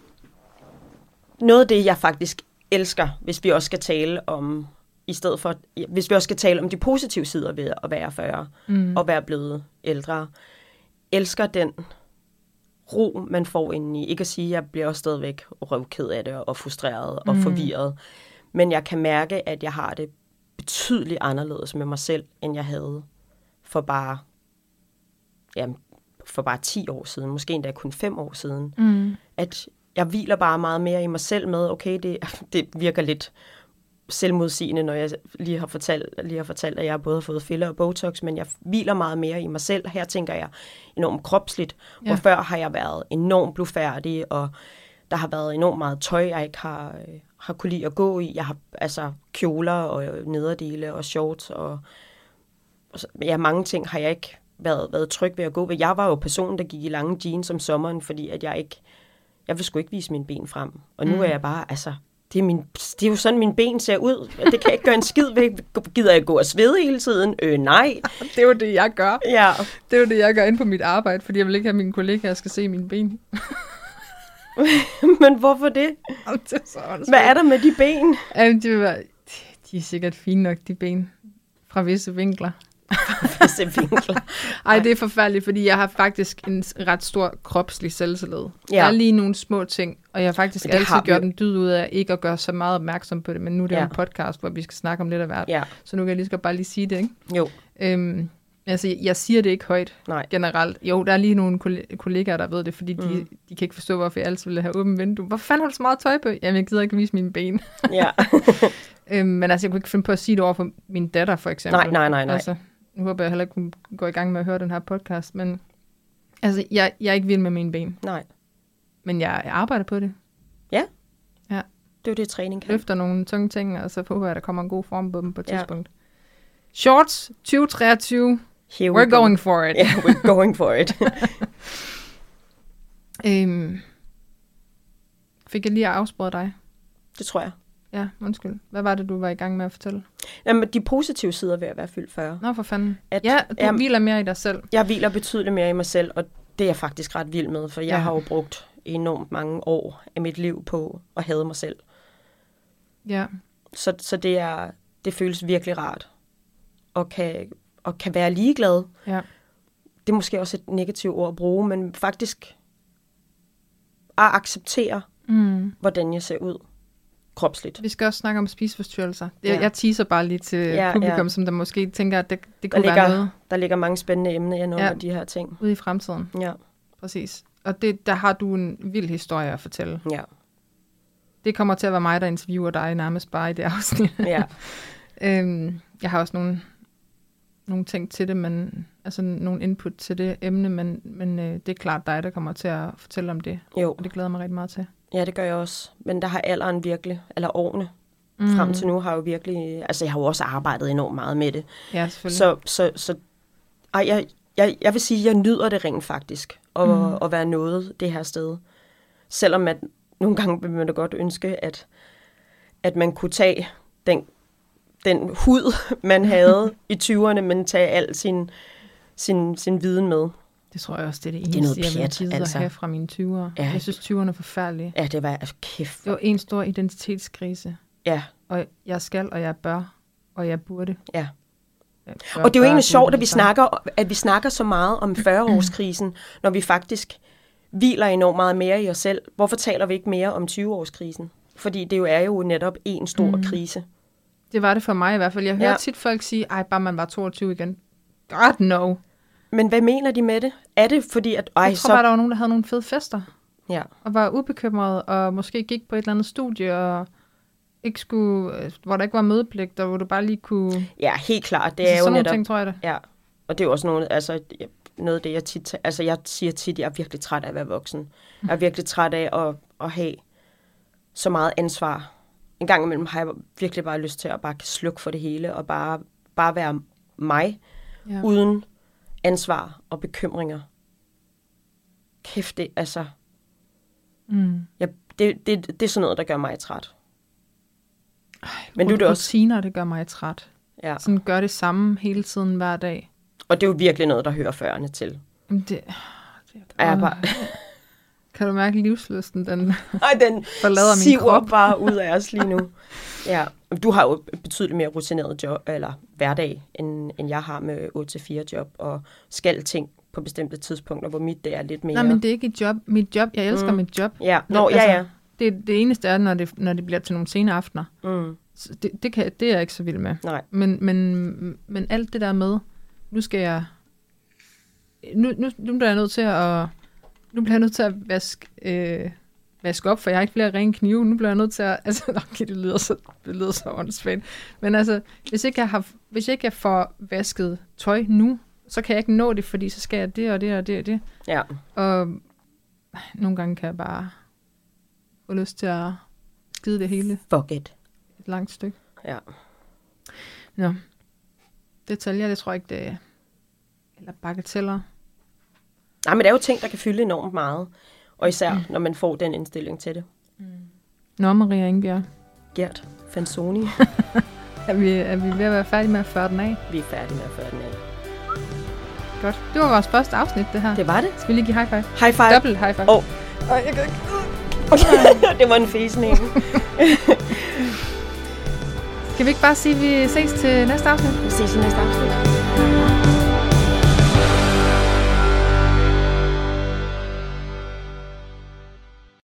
[SPEAKER 1] noget af det, jeg faktisk elsker, hvis vi også skal tale om, i stedet for, hvis vi også skal tale om de positive sider ved at være 40 mm. og være blevet ældre, elsker den ro, man får indeni. Ikke at sige, at jeg bliver også stadigvæk røvked af det, og frustreret og mm. forvirret, men jeg kan mærke, at jeg har det betydeligt anderledes med mig selv, end jeg havde for bare, ja, for bare 10 år siden, måske endda kun 5 år siden
[SPEAKER 2] Mm.
[SPEAKER 1] at jeg hviler bare meget mere i mig selv med, okay, det, det virker lidt selvmodsigende, når jeg lige har, fortalt, lige har fortalt, at jeg både har fået filler og botox, men jeg hviler meget mere i mig selv. Her tænker jeg enormt kropsligt, ja. hvor
[SPEAKER 2] Ja.
[SPEAKER 1] før har jeg været enormt blufærdig, og der har været enormt meget tøj, jeg ikke har, øh, har kunne lide at gå i. Jeg har altså kjoler og øh, nederdele og shorts og og så- ja, mange ting har jeg ikke været, været tryg ved at gå ved. Jeg var jo personen, der gik i lange jeans om sommeren, fordi at jeg ikke, jeg vil sgu ikke vise mine ben frem. Og nu mm. er jeg bare, altså, det er, min, det er jo sådan, mine ben ser ud. Det kan jeg ikke gøre en skid ved. Gider jeg gå og svede hele tiden? Øh, nej.
[SPEAKER 2] Det er jo det, jeg gør.
[SPEAKER 1] Ja,
[SPEAKER 2] Det er jo det, jeg gør inde på mit arbejde, fordi jeg vil ikke have at mine kollegaer skal se mine ben.
[SPEAKER 1] men hvorfor det?
[SPEAKER 2] det er så åndssvagt.
[SPEAKER 1] Hvad er der med de ben?
[SPEAKER 2] Jamen, de, vil være, de er sikkert fine nok, de ben, fra visse vinkler.
[SPEAKER 1] Visse vinkler.
[SPEAKER 2] Ej, det er forfærdeligt, fordi jeg har faktisk en s- ret stor kropslig selvtillid. Ja. Der er lige nogle små ting, og jeg har faktisk
[SPEAKER 1] Men
[SPEAKER 2] det
[SPEAKER 1] det
[SPEAKER 2] altid
[SPEAKER 1] har vi
[SPEAKER 2] gjort
[SPEAKER 1] jo.
[SPEAKER 2] en dyd ud af ikke at gøre så meget opmærksom på det, men nu er det
[SPEAKER 1] Ja.
[SPEAKER 2] ja. en podcast, hvor vi skal snakke om lidt af hvert. Ja.
[SPEAKER 1] Ja,
[SPEAKER 2] Så nu kan jeg lige så godt bare lige sige det, ikke?
[SPEAKER 1] jo.
[SPEAKER 2] Øhm, altså, jeg- jeg siger det ikke højt
[SPEAKER 1] Nej.
[SPEAKER 2] generelt. Jo, der er lige nogle kolle- kollegaer, der ved det, fordi de,
[SPEAKER 1] Mm.
[SPEAKER 2] de kan ikke forstå, hvorfor jeg altid ville have åbent vindue. Hvor fanden har du så meget tøj på? Jamen, jeg gider ikke vise mine ben.
[SPEAKER 1] Ja.
[SPEAKER 2] Øhm, men altså, jeg kunne ikke finde på at sige det over for min datter, for eksempel.
[SPEAKER 1] Nej, nej, nej, nej.
[SPEAKER 2] Altså, nu håber jeg heller ikke, hun går i gang med at høre den her podcast, men altså, jeg, jeg er ikke vild med mine ben,
[SPEAKER 1] Nej,
[SPEAKER 2] men jeg, jeg arbejder på det.
[SPEAKER 1] det er jo det, træning kan.
[SPEAKER 2] Løfter nogle tunge ting, og så håber jeg, der kommer en god form på dem på et
[SPEAKER 1] Ja.
[SPEAKER 2] tidspunkt. Shorts 2023,
[SPEAKER 1] Here we
[SPEAKER 2] we're
[SPEAKER 1] go.
[SPEAKER 2] going for it.
[SPEAKER 1] Yeah, we're going for it.
[SPEAKER 2] Øhm, fik jeg lige afspurgt dig?
[SPEAKER 1] det tror jeg.
[SPEAKER 2] Ja, undskyld. Hvad var det, du var i gang med at fortælle?
[SPEAKER 1] Jamen, de positive sider ved at være fyldt 40.
[SPEAKER 2] Nå, for fanden.
[SPEAKER 1] At-
[SPEAKER 2] ja, du
[SPEAKER 1] jamen-
[SPEAKER 2] hviler mere i dig selv.
[SPEAKER 1] Jeg hviler betydeligt mere i mig selv, og det er jeg faktisk ret vild med, for jeg
[SPEAKER 2] Ja.
[SPEAKER 1] har jo brugt enormt mange år af mit liv på at hade mig selv.
[SPEAKER 2] Ja.
[SPEAKER 1] Så, så det, er, det føles virkelig rart. Og kan, og kan være ligeglad.
[SPEAKER 2] Ja.
[SPEAKER 1] Det er måske også et negativt ord at bruge, men faktisk at acceptere,
[SPEAKER 2] Mm.
[SPEAKER 1] hvordan jeg ser ud kropsligt.
[SPEAKER 2] Vi skal også snakke om spiseforstyrrelser. Jeg,
[SPEAKER 1] Ja.
[SPEAKER 2] jeg teaser bare lige til
[SPEAKER 1] Ja,
[SPEAKER 2] ja, publikum,
[SPEAKER 1] ja.
[SPEAKER 2] ja. som der måske tænker, at det, det
[SPEAKER 1] Der
[SPEAKER 2] kunne være
[SPEAKER 1] ligger,
[SPEAKER 2] noget
[SPEAKER 1] der ligger mange spændende emner ind under
[SPEAKER 2] Ja.
[SPEAKER 1] de her ting.
[SPEAKER 2] ude i fremtiden.
[SPEAKER 1] Ja,
[SPEAKER 2] Præcis. Og det, der har du en vild historie at fortælle.
[SPEAKER 1] ja,
[SPEAKER 2] Det kommer til at være mig, der interviewer dig nærmest bare i det afsnit.
[SPEAKER 1] ja.
[SPEAKER 2] Øhm, jeg har også nogle, nogle ting til det, men, altså nogle input til det emne, men, men øh, det er klart dig, der kommer til at fortælle om det,
[SPEAKER 1] Jo,
[SPEAKER 2] og det glæder jeg mig rigtig meget til.
[SPEAKER 1] ja, det gør jeg også. Men der har alderen virkelig, eller årene mm. frem til nu, har jo virkelig... Altså, jeg har jo også arbejdet enormt meget med det.
[SPEAKER 2] Ja, selvfølgelig. Så,
[SPEAKER 1] Så, så, så ej, jeg, jeg, jeg vil sige, at jeg nyder det rent faktisk, at, mm. at være noget det her sted. Selvom at nogle gange vil man da godt ønske, at, at man kunne tage den, den hud, man havde i 20'erne, men tage al sin, sin, sin viden med.
[SPEAKER 2] det tror jeg også, det er det
[SPEAKER 1] er
[SPEAKER 2] eneste,
[SPEAKER 1] noget
[SPEAKER 2] jeg vil
[SPEAKER 1] pjat,
[SPEAKER 2] gider altså.
[SPEAKER 1] altså.
[SPEAKER 2] have fra mine 20'ere.
[SPEAKER 1] Ja.
[SPEAKER 2] Ja. Jeg synes, 20'erne er forfærdelige.
[SPEAKER 1] Ja, det var altså, kæft.
[SPEAKER 2] Det var en stor identitetskrise,
[SPEAKER 1] Ja.
[SPEAKER 2] og jeg skal, og jeg bør, og jeg burde.
[SPEAKER 1] Ja.
[SPEAKER 2] Jeg bør,
[SPEAKER 1] Og det er jo
[SPEAKER 2] bør,
[SPEAKER 1] egentlig sjovt, at vi,
[SPEAKER 2] bør.
[SPEAKER 1] snakker, at vi snakker så meget om 40-årskrisen, når vi faktisk hviler enormt meget mere i os selv. Hvorfor taler vi ikke mere om 20-årskrisen? Fordi det jo er jo netop en stor mm. krise.
[SPEAKER 2] Det var det for mig i hvert fald. Jeg hører
[SPEAKER 1] Ja.
[SPEAKER 2] tit folk sige, ej, bare man var 22 igen. God no.
[SPEAKER 1] Men hvad mener de med det? Er det fordi, at... Ej,
[SPEAKER 2] Jeg
[SPEAKER 1] så...
[SPEAKER 2] tror bare, der var nogen, der havde nogle fede fester.
[SPEAKER 1] Ja,
[SPEAKER 2] og var ubekymret, og måske gik på et eller andet studie, og ikke skulle, øh, hvor der ikke var mødepligt, og hvor du bare lige kunne... Det
[SPEAKER 1] ja, helt klart. Det
[SPEAKER 2] altså,
[SPEAKER 1] er jo
[SPEAKER 2] sådan nogle
[SPEAKER 1] netop...
[SPEAKER 2] ting, tror jeg det.
[SPEAKER 1] Ja, og det er jo også nogle, altså, jeg- noget af det, jeg tit... ta- Altså, jeg siger tit, at jeg er virkelig træt af at være voksen. Jeg er virkelig træt af at, at have så meget ansvar. En gang imellem har jeg virkelig bare lyst til at bare slukke for det hele, og bare, bare være mig,
[SPEAKER 2] Ja.
[SPEAKER 1] ja. uden ansvar og bekymringer. Kæft det, altså...
[SPEAKER 2] Mm.
[SPEAKER 1] Jeg, det, det, det er sådan noget, der gør mig træt. Men nu er det også...
[SPEAKER 2] Rutiner, det gør mig træt.
[SPEAKER 1] Ja.
[SPEAKER 2] Sådan gør det samme hele tiden, hver dag.
[SPEAKER 1] Og det er jo virkelig noget, der hører førerne til.
[SPEAKER 2] Jamen, det, det
[SPEAKER 1] Og jeg er
[SPEAKER 2] Åh,
[SPEAKER 1] bare,
[SPEAKER 2] Kan du mærke livsløsten? Den,
[SPEAKER 1] og den
[SPEAKER 2] Forlader min
[SPEAKER 1] siver
[SPEAKER 2] krop.
[SPEAKER 1] bare ud af os lige nu. Ja. Du har jo et betydeligt mere rutineret job, eller hverdag, end, end jeg har med 8-4 job, og skal ting på bestemte tidspunkter, hvor mit det er lidt mere...
[SPEAKER 2] Nej, men det er ikke et job. Mit job, jeg elsker mm. mit job.
[SPEAKER 1] Ja, Nå,
[SPEAKER 2] Altså-
[SPEAKER 1] ja, ja.
[SPEAKER 2] Det, det eneste er, når det, når det bliver til nogle sene aftener.
[SPEAKER 1] Mm,
[SPEAKER 2] Så det, det, kan, det er jeg ikke så vild med.
[SPEAKER 1] nej,
[SPEAKER 2] Men, men, men alt det der med, nu skal jeg... Nu, nu, nu bliver jeg nødt til at... Nu bliver jeg nødt til at vaske, øh, vaske op, for jeg har ikke flere rene knive. Nu bliver jeg nødt til at... Altså, okay, det lyder så, det lyder så åndssvagt. Men altså, hvis ikke, jeg har, hvis ikke jeg får vasket tøj nu, så kan jeg ikke nå det, fordi så skal jeg det og det og det og det.
[SPEAKER 1] ja.
[SPEAKER 2] Og nogle gange kan jeg bare få lyst til at skide det hele
[SPEAKER 1] Fuck it.
[SPEAKER 2] et langt stykke.
[SPEAKER 1] Ja.
[SPEAKER 2] Nå. Detaljer, det tror jeg ikke, det er. Eller bagateller.
[SPEAKER 1] Nej, men det er jo ting, der kan fylde enormt meget. Og især, når man får den indstilling til det.
[SPEAKER 2] Nå, Maria Ingebjerg.
[SPEAKER 1] Gert Fanzoni,
[SPEAKER 2] Er vi, er vi ved at være færdige med at føre den af?
[SPEAKER 1] vi er færdige med at føre den af.
[SPEAKER 2] Godt. Det var vores første afsnit, det her. Det.
[SPEAKER 1] Det var det.
[SPEAKER 2] Skal vi lige give high five?
[SPEAKER 1] High five.
[SPEAKER 2] Dobbelt high five.
[SPEAKER 1] Åh.
[SPEAKER 2] Ej, jeg kan ikke.
[SPEAKER 1] det var en fæsning.
[SPEAKER 2] Skal vi ikke bare sige, at vi ses til næste afsnit?
[SPEAKER 1] Vi ses i næste afsnit.